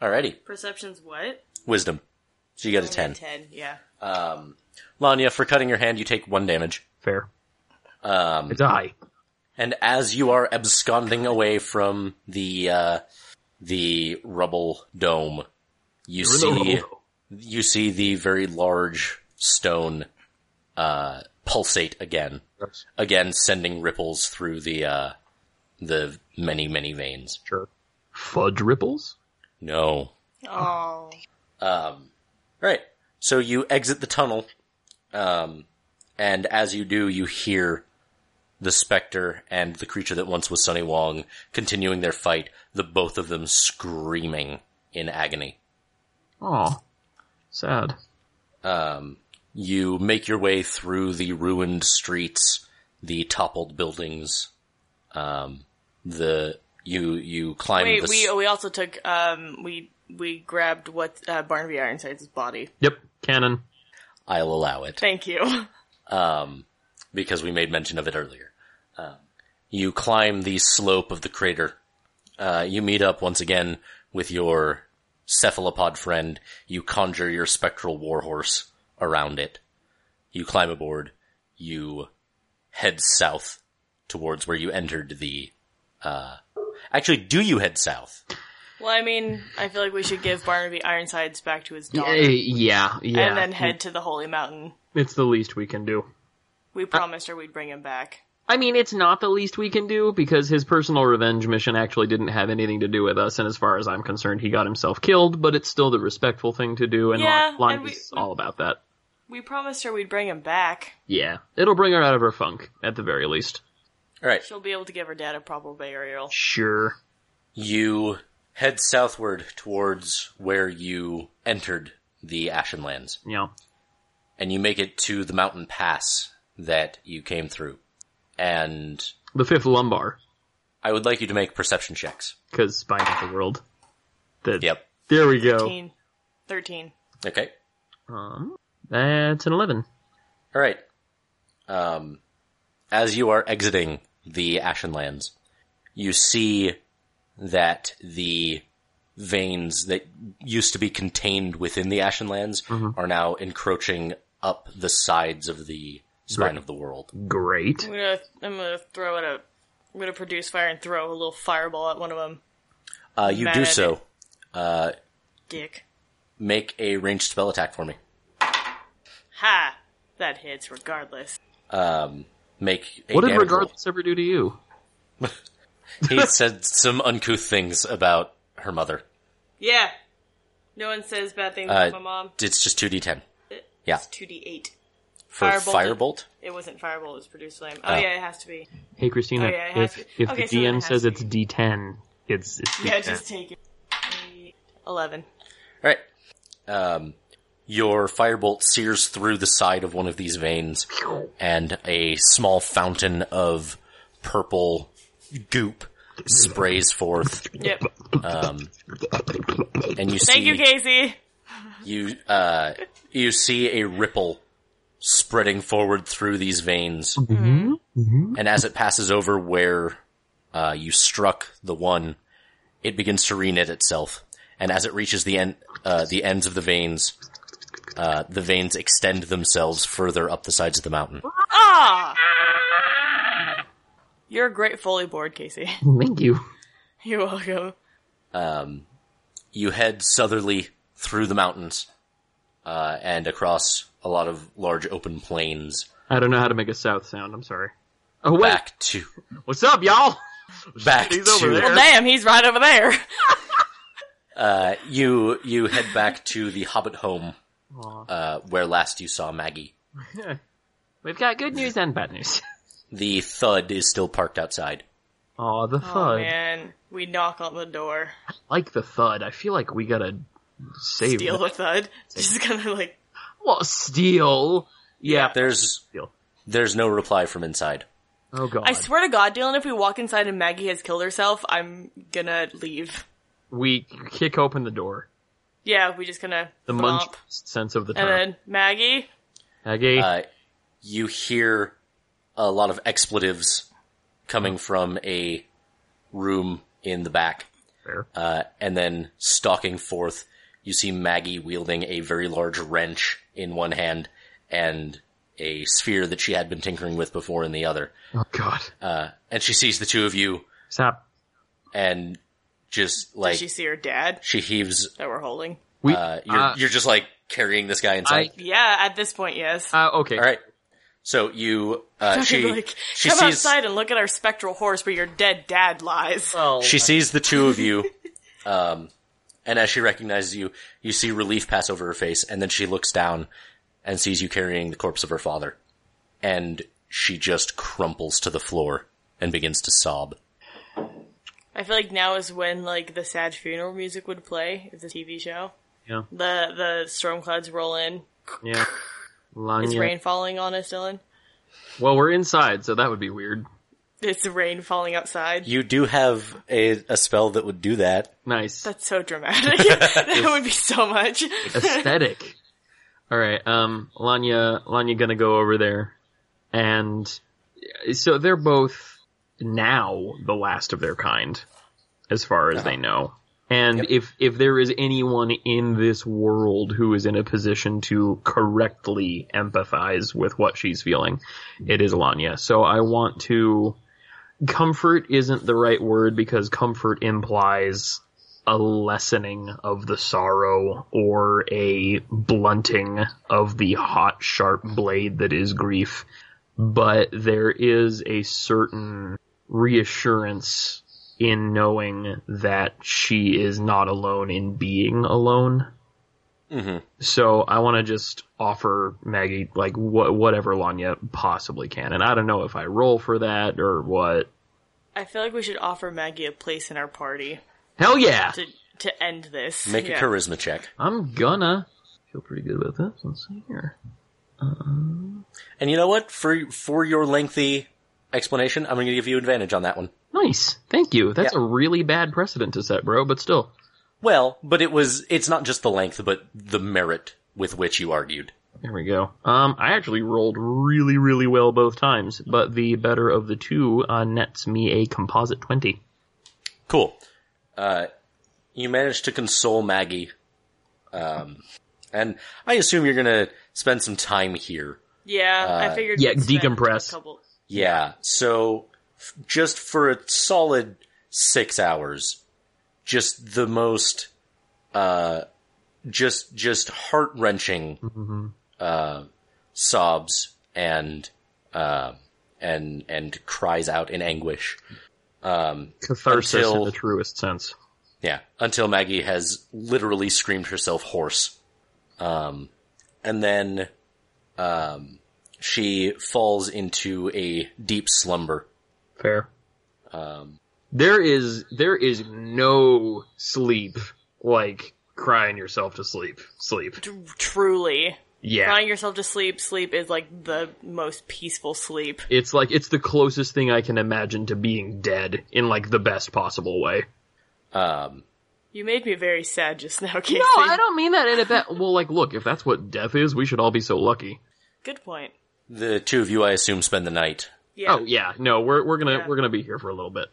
Speaker 1: Alrighty.
Speaker 2: Perception's what?
Speaker 1: Wisdom. So you got a 10.
Speaker 2: Ten. Yeah.
Speaker 1: Um, Lanya, for cutting your hand, you take one damage.
Speaker 3: Fair.
Speaker 1: Um,
Speaker 3: It's a high.
Speaker 1: And as you are absconding away from the uh, the rubble dome, you
Speaker 3: We're in the
Speaker 1: see
Speaker 3: rubble.
Speaker 1: you see the very large stone uh, pulsate again,
Speaker 3: Gross.
Speaker 1: again sending ripples through the uh, the many many veins.
Speaker 3: Sure. Fudge ripples?
Speaker 1: No,
Speaker 2: Oh.
Speaker 1: Um, right. So you exit the tunnel, um, and as you do, you hear the specter and the creature that once was Sunny Wong continuing their fight. The both of them screaming in agony.
Speaker 3: Aw. Sad.
Speaker 1: Um, you make your way through the ruined streets, the toppled buildings. Um, the you you climb.
Speaker 2: Wait,
Speaker 1: the
Speaker 2: we
Speaker 1: s-
Speaker 2: we also took um we we grabbed what uh, Barnaby Ironside's body.
Speaker 3: Yep. Cannon.
Speaker 1: I'll allow it.
Speaker 2: Thank you.
Speaker 1: um, because we made mention of it earlier. Um, you climb the slope of the crater. Uh, you meet up once again with your cephalopod friend. You conjure your spectral warhorse around it. You climb aboard. You head south towards where you entered the. Uh, actually, do you head south?
Speaker 2: Well, I mean, I feel like we should give Barnaby Ironsides back to his daughter
Speaker 3: Eh, Yeah, yeah.
Speaker 2: and then head to the Holy Mountain.
Speaker 3: It's the least we can do.
Speaker 2: We promised her we'd bring him back.
Speaker 3: I mean, it's not the least we can do because his personal revenge mission actually didn't have anything to do with us, and as far as I'm concerned, he got himself killed, but it's still the respectful thing to do, and
Speaker 2: Yeah,
Speaker 3: yeah, Lon-
Speaker 2: and we-
Speaker 3: is all about that.
Speaker 2: We promised her we'd bring him back.
Speaker 3: Yeah. It'll bring her out of her funk, at the very least.
Speaker 1: All right.
Speaker 2: She'll be able to give her dad a proper burial.
Speaker 3: Sure.
Speaker 1: You head southward towards where you entered the Ashen Lands.
Speaker 3: Yeah.
Speaker 1: and you make it to the mountain pass that you came through. And
Speaker 3: The fifth lumbar,
Speaker 1: I would like you to make perception checks.
Speaker 3: because spine of the world. The-
Speaker 1: Yep.
Speaker 3: There we go.
Speaker 2: 13. 13.
Speaker 1: Okay.
Speaker 3: Um, that's an 11.
Speaker 1: All right. Um, as you are exiting the Ashen Lands, you see that the veins that used to be contained within the Ashen Lands are now encroaching up the sides of the spine
Speaker 3: Great.
Speaker 1: of the world.
Speaker 3: Great.
Speaker 2: I'm gonna, I'm gonna throw it up. I'm gonna produce fire and throw a little fireball at one of them.
Speaker 1: Uh, you
Speaker 2: Mad
Speaker 1: do
Speaker 2: at
Speaker 1: so.
Speaker 2: Dick.
Speaker 1: Make a ranged spell attack for me.
Speaker 2: Ha! That hits regardless.
Speaker 1: um, make a
Speaker 3: What did
Speaker 1: damage
Speaker 3: regardless ever do to you?
Speaker 1: roll. He said some uncouth things about her mother.
Speaker 2: Yeah. No one says bad things
Speaker 1: Uh,
Speaker 2: about my mom.
Speaker 1: It's just 2d10 yeah.
Speaker 2: It's 2d8.
Speaker 1: for
Speaker 2: Firebolt.
Speaker 1: Firebolt.
Speaker 2: It wasn't fireball, it was produced flame. Oh yeah, it has to be.
Speaker 3: Hey, Christina,
Speaker 2: Oh, yeah, it has
Speaker 3: if,
Speaker 2: to-
Speaker 3: if
Speaker 2: okay,
Speaker 3: the
Speaker 2: so then it
Speaker 3: DM
Speaker 2: has
Speaker 3: says
Speaker 2: to
Speaker 3: it's D10,
Speaker 4: It's, it's
Speaker 2: Yeah, just take it. Eleven.
Speaker 1: All right. Um, your firebolt sears through the side of one of these veins, and a small fountain of purple goop sprays forth.
Speaker 2: Yep.
Speaker 1: And you
Speaker 2: Thank
Speaker 1: see
Speaker 2: you, Casey.
Speaker 1: you uh, you see a ripple spreading forward through these veins, and as it passes over where uh, you struck the one, it begins to reknit itself. And as it reaches the end, uh, the ends of the veins, uh, the veins extend themselves further up the sides of the mountain.
Speaker 2: Ah. You're a great Foley board, Casey.
Speaker 3: Thank you.
Speaker 2: You're welcome.
Speaker 1: you head southerly through the mountains uh, and across a lot of large open plains
Speaker 3: I don't know how to make a south sound. I'm sorry. Oh wait,
Speaker 1: back to
Speaker 3: what's up, y'all?
Speaker 1: back
Speaker 3: He's over
Speaker 1: to
Speaker 3: there.
Speaker 2: Damn, he's right over there.
Speaker 1: uh, you you head back to the hobbit home uh, where last you saw Maggie.
Speaker 3: We've got good news and bad news.
Speaker 1: The thud is still parked outside.
Speaker 3: Aw, the
Speaker 2: Oh
Speaker 3: thud.
Speaker 2: man, we knock on the door.
Speaker 3: like the thud. I feel like we gotta save.
Speaker 2: Deal
Speaker 3: that.
Speaker 2: with thud. Just kind of like
Speaker 3: Well, steal. Yeah.
Speaker 1: There's
Speaker 3: Steal.
Speaker 1: there's no reply from inside.
Speaker 3: Oh god.
Speaker 2: I swear to God, Dylan, if we walk inside and Maggie has killed herself, I'm gonna leave.
Speaker 3: we kick open the door.
Speaker 2: Yeah, we just gonna
Speaker 3: The
Speaker 2: flop.
Speaker 3: munch sense of the
Speaker 2: and
Speaker 3: term.
Speaker 2: then Maggie.
Speaker 3: Maggie.
Speaker 1: Uh, you hear a lot of expletives coming from a room in the back.
Speaker 3: fair.
Speaker 1: uh, and then stalking forth, you see Maggie wielding a very large wrench in one hand and a sphere that she had been tinkering with before in the other.
Speaker 3: oh god.
Speaker 1: Uh, and she sees the two of you
Speaker 3: Stop.
Speaker 1: and just like
Speaker 2: Did she see her dad
Speaker 1: she heaves,
Speaker 2: that we're holding?
Speaker 3: We.
Speaker 1: uh, you're,
Speaker 3: uh,
Speaker 1: you're just like carrying this guy inside.
Speaker 2: Yeah, at this point, yes.
Speaker 3: uh, okay.
Speaker 1: All right. So you, uh, she,
Speaker 2: like,
Speaker 1: she
Speaker 2: come
Speaker 1: sees,
Speaker 2: outside and look at our spectral horse where your dead dad lies.
Speaker 3: Well,
Speaker 1: she sees the two of you. Um, and as she recognizes you, you see relief pass over her face, and then she looks down and sees you carrying the corpse of her father. And she just crumples to the floor and begins to sob.
Speaker 2: I feel like now is when like the sad funeral music would play if the TV show.
Speaker 3: Yeah.
Speaker 2: The the storm clouds roll in.
Speaker 3: yeah.
Speaker 2: Is
Speaker 3: Lanya.
Speaker 2: rain falling on us, Dylan?
Speaker 3: Well, we're inside, so that would be weird.
Speaker 2: It's rain falling outside.
Speaker 1: You do have a, a spell that would do that.
Speaker 3: Nice
Speaker 2: That's so dramatic. that would be so much.
Speaker 3: aesthetic. All right. Um, Lanya. Lanya gonna go over there, and so they're both now the last of their kind, as far as they know. And if if there is anyone in this world who is in a position to correctly empathize with what she's feeling, it is Lanya. So I want to comfort isn't the right word because comfort implies a lessening of the sorrow or a blunting of the hot sharp blade that is grief but there is a certain reassurance in knowing that she is not alone in being alone.
Speaker 1: Mhm.
Speaker 3: So I want to just offer Maggie like wh- whatever Lanya possibly can, and I don't know if I roll for that or what.
Speaker 2: I feel like we should offer Maggie a place in our party
Speaker 3: Hell yeah,
Speaker 2: to to end this.
Speaker 1: Make
Speaker 2: Yeah.
Speaker 1: a charisma check.
Speaker 3: I'm gonna feel pretty good about this. Let's see here.
Speaker 1: And you know what? For, for your lengthy explanation, I'm going to give you advantage on that one.
Speaker 3: Nice, thank you. That's
Speaker 1: Yeah.
Speaker 3: a really bad precedent to set, bro. But still,
Speaker 1: Well, but it was, it's not just the length, but the merit with which you argued.
Speaker 3: There we go. Um, I actually rolled really, really well both times, but the better of the two uh, nets me a composite twenty.
Speaker 1: Cool. Uh, you managed to console Maggie, um, and I assume you're gonna spend some time here.
Speaker 2: Yeah,
Speaker 1: Uh,
Speaker 2: I figured.
Speaker 3: yeah,
Speaker 2: we'd spend
Speaker 3: decompress.
Speaker 2: a couple-
Speaker 1: Yeah. So, f- just for a solid six hours, just the most, uh, just just heart wrenching uh, sobs and uh, and and cries out in anguish.
Speaker 3: Catharsis in
Speaker 1: Until-
Speaker 3: the truest sense.
Speaker 1: Yeah, until Maggie has literally screamed herself hoarse. Um, and then, um, she falls into a deep slumber Um,
Speaker 3: Fair. There is there is no sleep like crying yourself to sleep. Sleep.
Speaker 2: T- Truly.
Speaker 3: Yeah.
Speaker 2: Crying yourself to sleep, sleep is like the most peaceful sleep.
Speaker 3: It's like it's the closest thing I can imagine to being dead in like the best possible way.
Speaker 1: Um,
Speaker 2: You made me very sad just now, Casey.
Speaker 3: No, I don't mean that in a bad. Well, like, look, if that's what death is, we should all be so lucky.
Speaker 2: Good point.
Speaker 1: the two of you, I assume, spend the night.
Speaker 2: Yeah.
Speaker 3: Oh yeah, no, we're we're gonna
Speaker 2: Yeah.
Speaker 3: we're gonna be here for a little bit.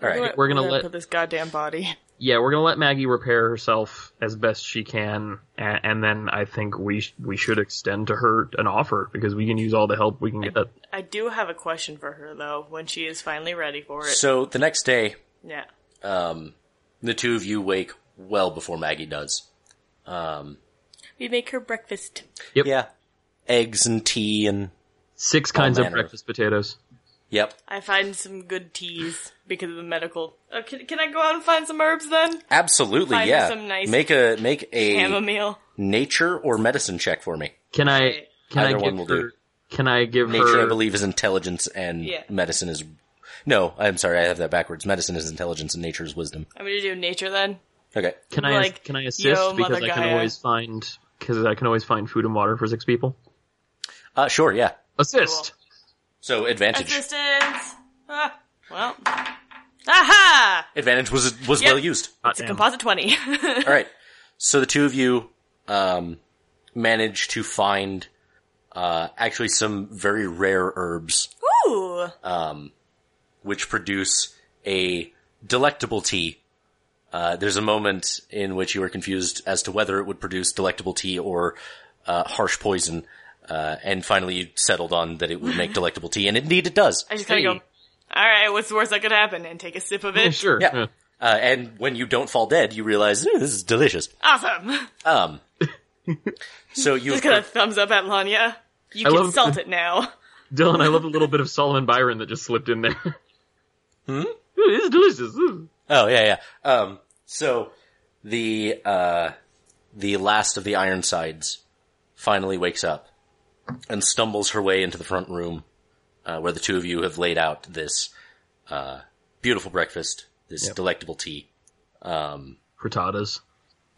Speaker 1: All right.
Speaker 2: We're
Speaker 3: we're gonna let-
Speaker 2: put this goddamn body.
Speaker 3: Yeah, we're gonna let Maggie repair herself as best she can, and, and then I think we sh- we should extend to her an offer because we can use all the help we can get.
Speaker 2: I do have a question for her though, when she is finally ready for it.
Speaker 1: So the next day, um,
Speaker 2: yeah.
Speaker 1: the two of you wake well before Maggie does.
Speaker 2: We make her breakfast.
Speaker 3: Yep.
Speaker 1: Yeah. Eggs and tea and
Speaker 3: Six kinds
Speaker 1: manner
Speaker 3: of
Speaker 1: of-
Speaker 3: breakfast potatoes.
Speaker 1: yep.
Speaker 2: I find some good teas because of the medical. Oh, can, can I go out and find some herbs then?
Speaker 1: Absolutely,
Speaker 2: Find
Speaker 1: yeah.
Speaker 2: some nice
Speaker 1: make a make a
Speaker 2: Chamomile.
Speaker 1: nature or medicine check for me.
Speaker 3: Can I? Can
Speaker 1: Either
Speaker 3: I
Speaker 1: one
Speaker 3: give
Speaker 1: will
Speaker 3: her?
Speaker 1: do.
Speaker 3: Can I give
Speaker 1: Nature,
Speaker 3: her?
Speaker 1: I believe, is intelligence and
Speaker 2: Yeah.
Speaker 1: medicine is. No, I'm sorry, I have that backwards. Medicine is intelligence and nature is wisdom.
Speaker 2: I'm gonna do nature then.
Speaker 1: Okay.
Speaker 3: Can I
Speaker 2: Like,
Speaker 3: can I
Speaker 2: yo,
Speaker 3: assist
Speaker 2: Mother
Speaker 3: because I can
Speaker 2: Gaia.
Speaker 3: always find because I can always find food and water for six people.
Speaker 1: Uh, sure, yeah.
Speaker 3: Assist.
Speaker 1: So advantage.
Speaker 2: Assistance. Ah, well. Aha!
Speaker 1: Advantage was was
Speaker 2: Yep.
Speaker 1: well used.
Speaker 3: Hot
Speaker 2: It's a
Speaker 3: Ah, damn.
Speaker 2: composite twenty.
Speaker 1: All right. So the two of you um, manage to find uh, actually some very rare herbs,
Speaker 2: Ooh.
Speaker 1: which produce a delectable tea. Uh, there's a moment in which you are confused as to whether it would produce delectable tea or uh, harsh poison, uh, and finally you settled on that it would make delectable tea, and indeed it does.
Speaker 2: I just kind of
Speaker 3: Hey.
Speaker 2: go. All right, what's the worst that could happen? And take a sip of
Speaker 3: Yeah,
Speaker 2: it.
Speaker 3: Oh, sure.
Speaker 1: Yeah. Uh, and when you don't fall dead, you realize "Ooh, this is delicious.
Speaker 2: Awesome.
Speaker 1: Um, so you
Speaker 2: Just kind of thumbs up at Lanya. You
Speaker 3: I
Speaker 2: can
Speaker 3: love-
Speaker 2: salt it now.
Speaker 3: Dylan, I love the little bit of Solomon Byron that just slipped in there. Hmm? It is delicious. Ooh.
Speaker 1: Oh yeah, yeah. Um, so the uh, the last of the Ironsides finally wakes up and stumbles her way into the front room uh, where the two of you have laid out this uh, beautiful breakfast, this
Speaker 3: Yep.
Speaker 1: delectable tea.
Speaker 3: Frittatas.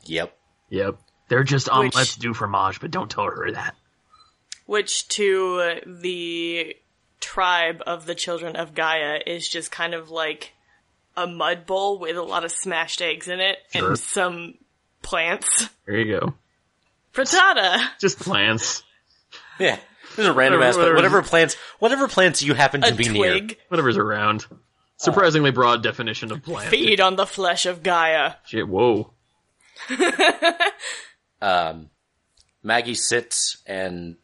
Speaker 1: Yep.
Speaker 3: Yep. They're just omelets do fromage, but don't tell her that.
Speaker 2: Which to the tribe of the children of Gaia is just kind of like a mud bowl with a lot of smashed eggs in it
Speaker 3: Sure.
Speaker 2: and some plants.
Speaker 3: There you go.
Speaker 2: Frittata.
Speaker 3: Just plants.
Speaker 1: Yeah. This is a random ass, but
Speaker 3: Whatever-
Speaker 1: whatever plants, whatever plants you happen to
Speaker 2: A
Speaker 1: be
Speaker 2: twig.
Speaker 1: near.
Speaker 3: Whatever's around. Surprisingly broad definition of plant.
Speaker 2: Feed on the flesh of Gaia.
Speaker 3: Shit, whoa.
Speaker 1: Maggie sits and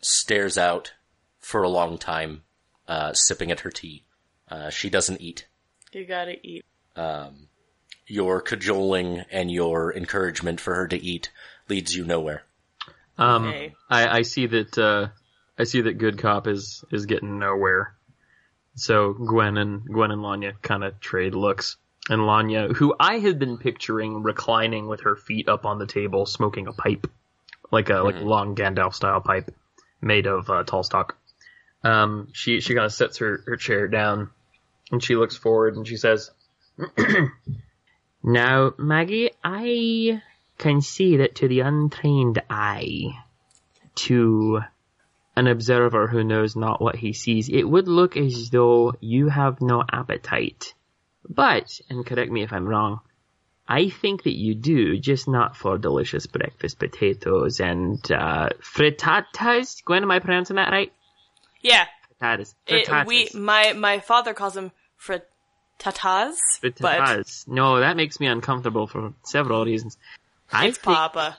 Speaker 1: stares out for a long time, uh, sipping at her tea. Uh, she doesn't eat.
Speaker 2: You gotta eat.
Speaker 1: your cajoling and your encouragement for her to eat leads you nowhere.
Speaker 3: Um,
Speaker 2: Okay.
Speaker 3: I, I see that uh, I see that good cop is is getting nowhere. So Gwen and Gwen and Lanya kind of trade looks, and Lanya, who I had been picturing reclining with her feet up on the table, smoking a pipe, like a like a long Gandalf style pipe made of uh, tall stalk. Um, she she kind of sets her her chair down, and she looks forward and she says. Now, Maggie, I can see that to the untrained eye, to an observer who knows not what he sees, it would look as though you have no appetite. But, and correct me if I'm wrong, I think that you do, just not for delicious breakfast potatoes and uh, frittatas. Gwen, am I pronouncing that right?
Speaker 2: Yeah.
Speaker 3: Frittatas.
Speaker 2: It, Eh, we, my, my father calls them frittatas. But
Speaker 3: Frittatas. No, that makes me uncomfortable for several reasons. I
Speaker 2: it's Papa.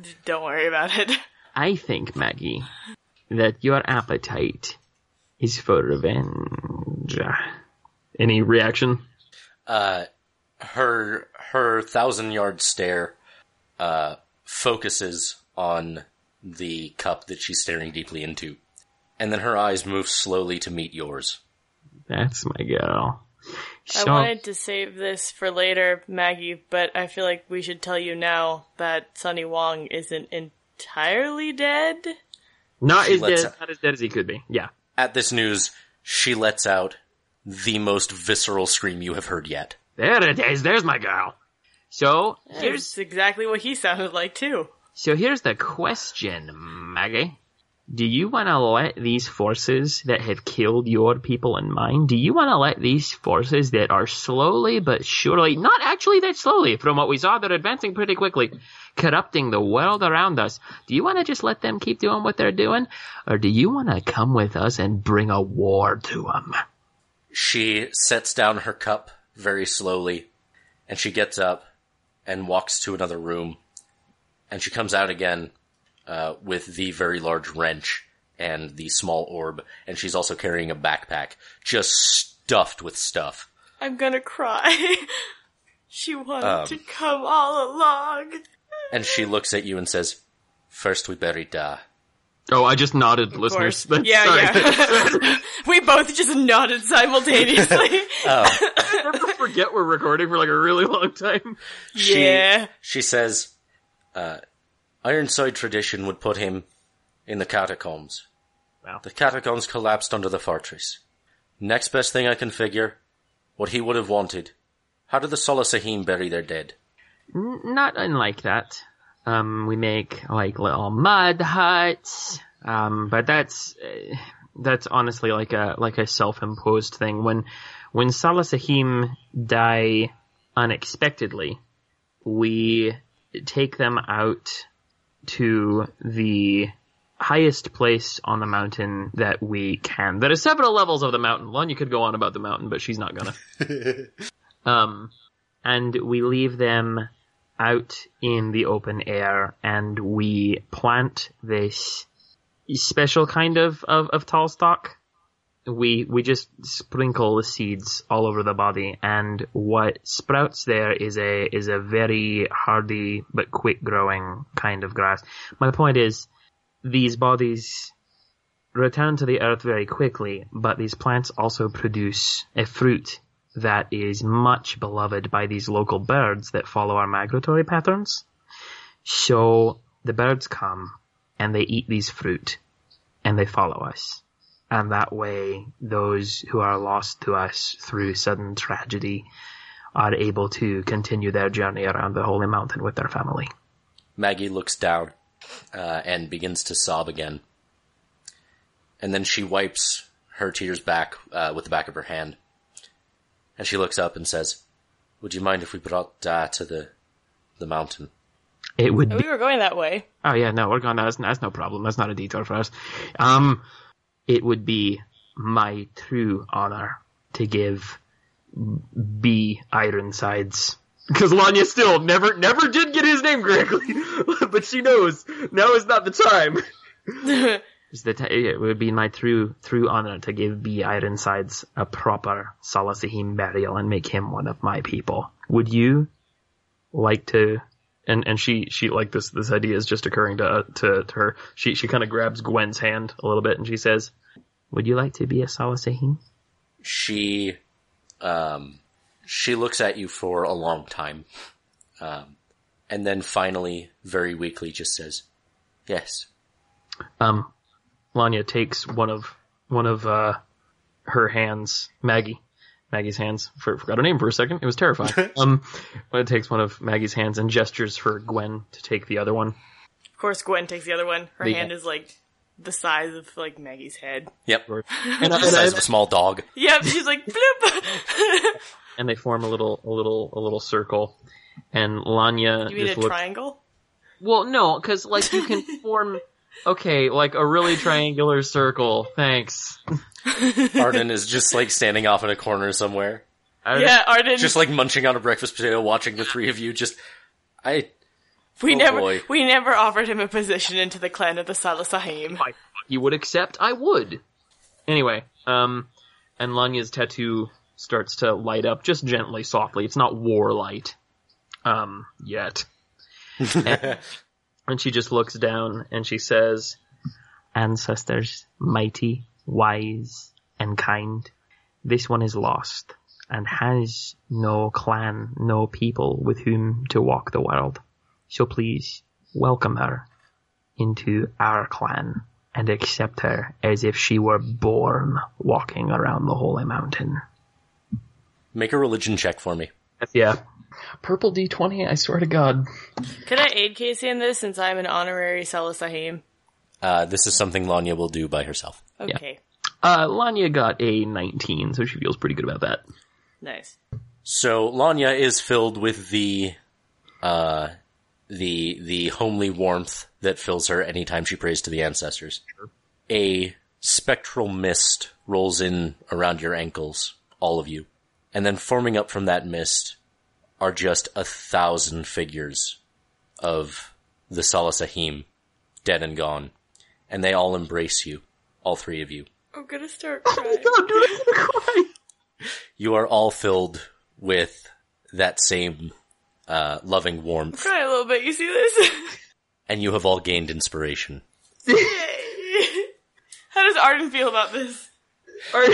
Speaker 2: D- Don't worry about it.
Speaker 3: I think, Maggie, that your appetite is for revenge. Any reaction?
Speaker 1: Uh, her her thousand yard stare uh, focuses on the cup that she's staring deeply into, and then her eyes move slowly to meet yours.
Speaker 3: That's my girl. So,
Speaker 2: I wanted to save this for later, Maggie, but I feel like we should tell you now that Sonny Wong isn't entirely dead.
Speaker 3: not
Speaker 1: She
Speaker 3: as
Speaker 1: lets
Speaker 3: dead,
Speaker 1: out-
Speaker 3: not as dead as he could be. Yeah.
Speaker 1: At this news, she lets out the most visceral scream you have heard yet.
Speaker 3: There it is. There's my girl. So here's
Speaker 2: Here's exactly what he sounded like too.
Speaker 3: so here's the question, Maggie. Do you want to let these forces that have killed your people and mine? Do you want to let these forces that are slowly but surely, not actually that slowly, from what we saw, they're advancing pretty quickly, corrupting the world around us? Do you want to just let them keep doing what they're doing, or do you want to come with us and bring a war to them?
Speaker 1: She sets down her cup very slowly, and she gets up and walks to another room, and she comes out again uh, with the very large wrench and the small orb, and she's also carrying a backpack just stuffed with stuff.
Speaker 2: I'm gonna cry. she wanted
Speaker 3: Um.
Speaker 2: to come all along.
Speaker 1: And she looks at you and says, First we bury Da.
Speaker 3: Oh, I just nodded,
Speaker 2: Of course.
Speaker 3: listeners.
Speaker 2: Yeah,
Speaker 3: Sorry.
Speaker 2: yeah. we both just nodded simultaneously.
Speaker 3: I forget we're recording for like a really long time.
Speaker 1: She,
Speaker 2: Yeah.
Speaker 1: She says, uh, Ironside tradition would put him in the catacombs.
Speaker 3: Wow.
Speaker 1: The catacombs collapsed under the fortress. Next best thing I can figure, what he would have wanted. How did the Solacehim bury their dead?
Speaker 3: Not unlike that. Um, we make like little mud huts. Um, but that's uh, that's honestly like a like a self-imposed thing. When when Salasahim die unexpectedly, we take them out to the highest place on the mountain that we can. There are several levels of the mountain. Lon, could go on about the mountain, but she's not gonna. um, and we leave them out in the open air and we plant this special kind of, of, of tall stock. We, we just sprinkle the seeds all over the body and what sprouts there is a, is a very hardy but quick growing kind of grass. My point is these bodies return to the earth very quickly, but these plants also produce a fruit that is much beloved by these local birds that follow our migratory patterns. So the birds come and they eat these fruit and they follow us. And that way, those who are lost to us through sudden tragedy are able to continue their journey around the holy mountain with their family.
Speaker 1: Maggie looks down uh, and begins to sob again. And then she wipes her tears back uh, with the back of her hand. And she looks up and says, Would you mind if we brought Da to the, the mountain?
Speaker 3: It would be
Speaker 2: we were going that way.
Speaker 3: Oh yeah, no, we're going. That's, that's no problem. That's not a detour for us. Um, it would be my true honor to give B Ironsides because Lanya still never never did get his name correctly, but she knows now is not the time. It's the ti- it would be my true true honor to give B Ironsides a proper Salasahim burial and make him one of my people. Would you like to and and she she like this this idea is just occurring to uh, to, to her. She she kind of grabs Gwen's hand a little bit and she says, "Would you like to be a Salasahim?"
Speaker 1: she um she looks at you for a long time um and then finally very weakly just says yes
Speaker 3: Um, Lanya takes one of one of uh her hands, Maggie. Maggie's hands. For, forgot her name for a second. It was terrifying. um, Lanya takes one of Maggie's hands and gestures for Gwen to take the other one.
Speaker 2: Of course, Gwen takes the other one. Her
Speaker 3: Yeah.
Speaker 2: hand is like the size of like Maggie's head.
Speaker 1: yep
Speaker 3: Or- and, I-
Speaker 1: the
Speaker 3: and I-
Speaker 1: size of a small dog
Speaker 2: Yep, she's like bloop.
Speaker 3: and they form a little a little a little circle. And Lanya
Speaker 2: you mean a
Speaker 3: just looks
Speaker 2: triangle?
Speaker 3: Well, no, because like you can form, okay, like a really triangular circle. Thanks.
Speaker 1: arden is just like standing off in a corner somewhere
Speaker 3: I-
Speaker 2: Yeah, Arden.
Speaker 1: just like munching on a breakfast potato watching the three of you just i
Speaker 2: we
Speaker 1: oh
Speaker 2: never
Speaker 1: boy.
Speaker 2: we never offered him a position into the clan of the Salasahim.
Speaker 3: I thought you would accept. I would. Anyway, um, and Lanya's tattoo starts to light up just gently, softly. It's not war light, um, yet. and, and she just looks down and she says, "Ancestors, mighty, wise, and kind, this one is lost." And has no clan, no people with whom to walk the world. So please welcome her into our clan and accept her as if she were born walking around the holy mountain.
Speaker 1: Make a religion check for me.
Speaker 3: Yeah. Purple D20, I swear to God.
Speaker 2: Could I aid Casey in this since I'm an honorary Salasahim?
Speaker 1: Uh, this is something Lanya will do by herself.
Speaker 2: Okay,
Speaker 3: Uh, Lanya got a 19, so she feels pretty good about that.
Speaker 2: nice.
Speaker 1: So Lanya is filled with the, uh, the the homely warmth that fills her anytime she prays to the ancestors. A spectral mist rolls in around your ankles, all of you, and then forming up from that mist are just a thousand figures of the Salasahim, dead and gone, and they all embrace you, all three of you.
Speaker 2: I'm gonna start crying.
Speaker 3: God, dude, I'm gonna cry.
Speaker 1: you are all filled with that same uh, loving warmth,
Speaker 2: Cry a little bit. You see this?
Speaker 1: and you have all gained inspiration.
Speaker 2: How does Arden feel about this?
Speaker 3: Ar-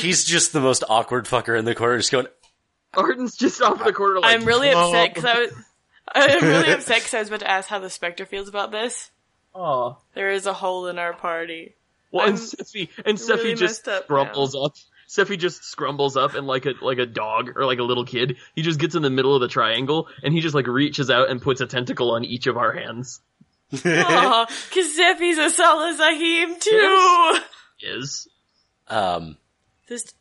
Speaker 1: He's just the most awkward fucker in the corner, just going,
Speaker 3: Arden's just off in the corner like,
Speaker 2: I'm really
Speaker 3: "Mom."
Speaker 2: upset because I was. I'm really upset because I was about to ask how the Spectre feels about this.
Speaker 3: Aw.
Speaker 2: There is a hole in our party.
Speaker 3: Well, and
Speaker 2: I'm
Speaker 3: Seffy and Seffy
Speaker 2: really
Speaker 3: just
Speaker 2: messed up
Speaker 3: scrumbles up. Seffy just scrumbles up and like a like a dog or like a little kid, he just gets in the middle of the triangle and he just like reaches out and puts a tentacle on each of our hands.
Speaker 2: Aw, Kazefi's a Salasahim too!
Speaker 3: Is
Speaker 1: um,
Speaker 2: This,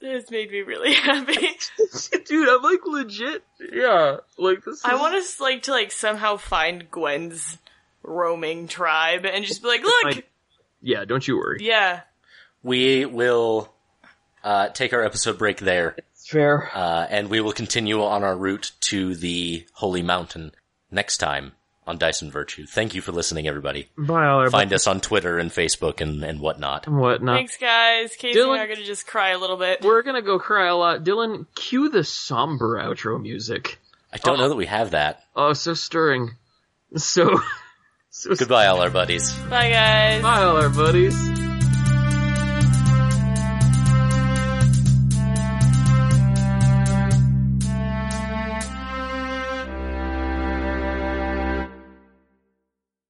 Speaker 2: this made me really happy.
Speaker 3: dude, I'm like legit. Yeah, like this. Is,
Speaker 2: I want us like to like somehow find Gwen's roaming tribe and just be like, look,
Speaker 3: Fine. Yeah, don't you worry.
Speaker 2: yeah,
Speaker 1: we will uh, take our episode break there,
Speaker 3: It's fair.
Speaker 1: uh, and we will continue on our route to the Holy Mountain next time on Dyson Virtue. Thank you for listening, everybody.
Speaker 3: Bye, all
Speaker 1: Find us on Twitter and Facebook and, and whatnot.
Speaker 3: and whatnot.
Speaker 2: thanks guys. Casey and I
Speaker 3: Dylan-
Speaker 2: are gonna just cry a little bit.
Speaker 3: We're gonna go cry a lot. Dylan, cue the somber outro music.
Speaker 1: I don't know that we have that.
Speaker 3: Oh, so stirring. So, so
Speaker 1: Goodbye, all our buddies.
Speaker 2: Bye guys.
Speaker 3: Bye, all our buddies.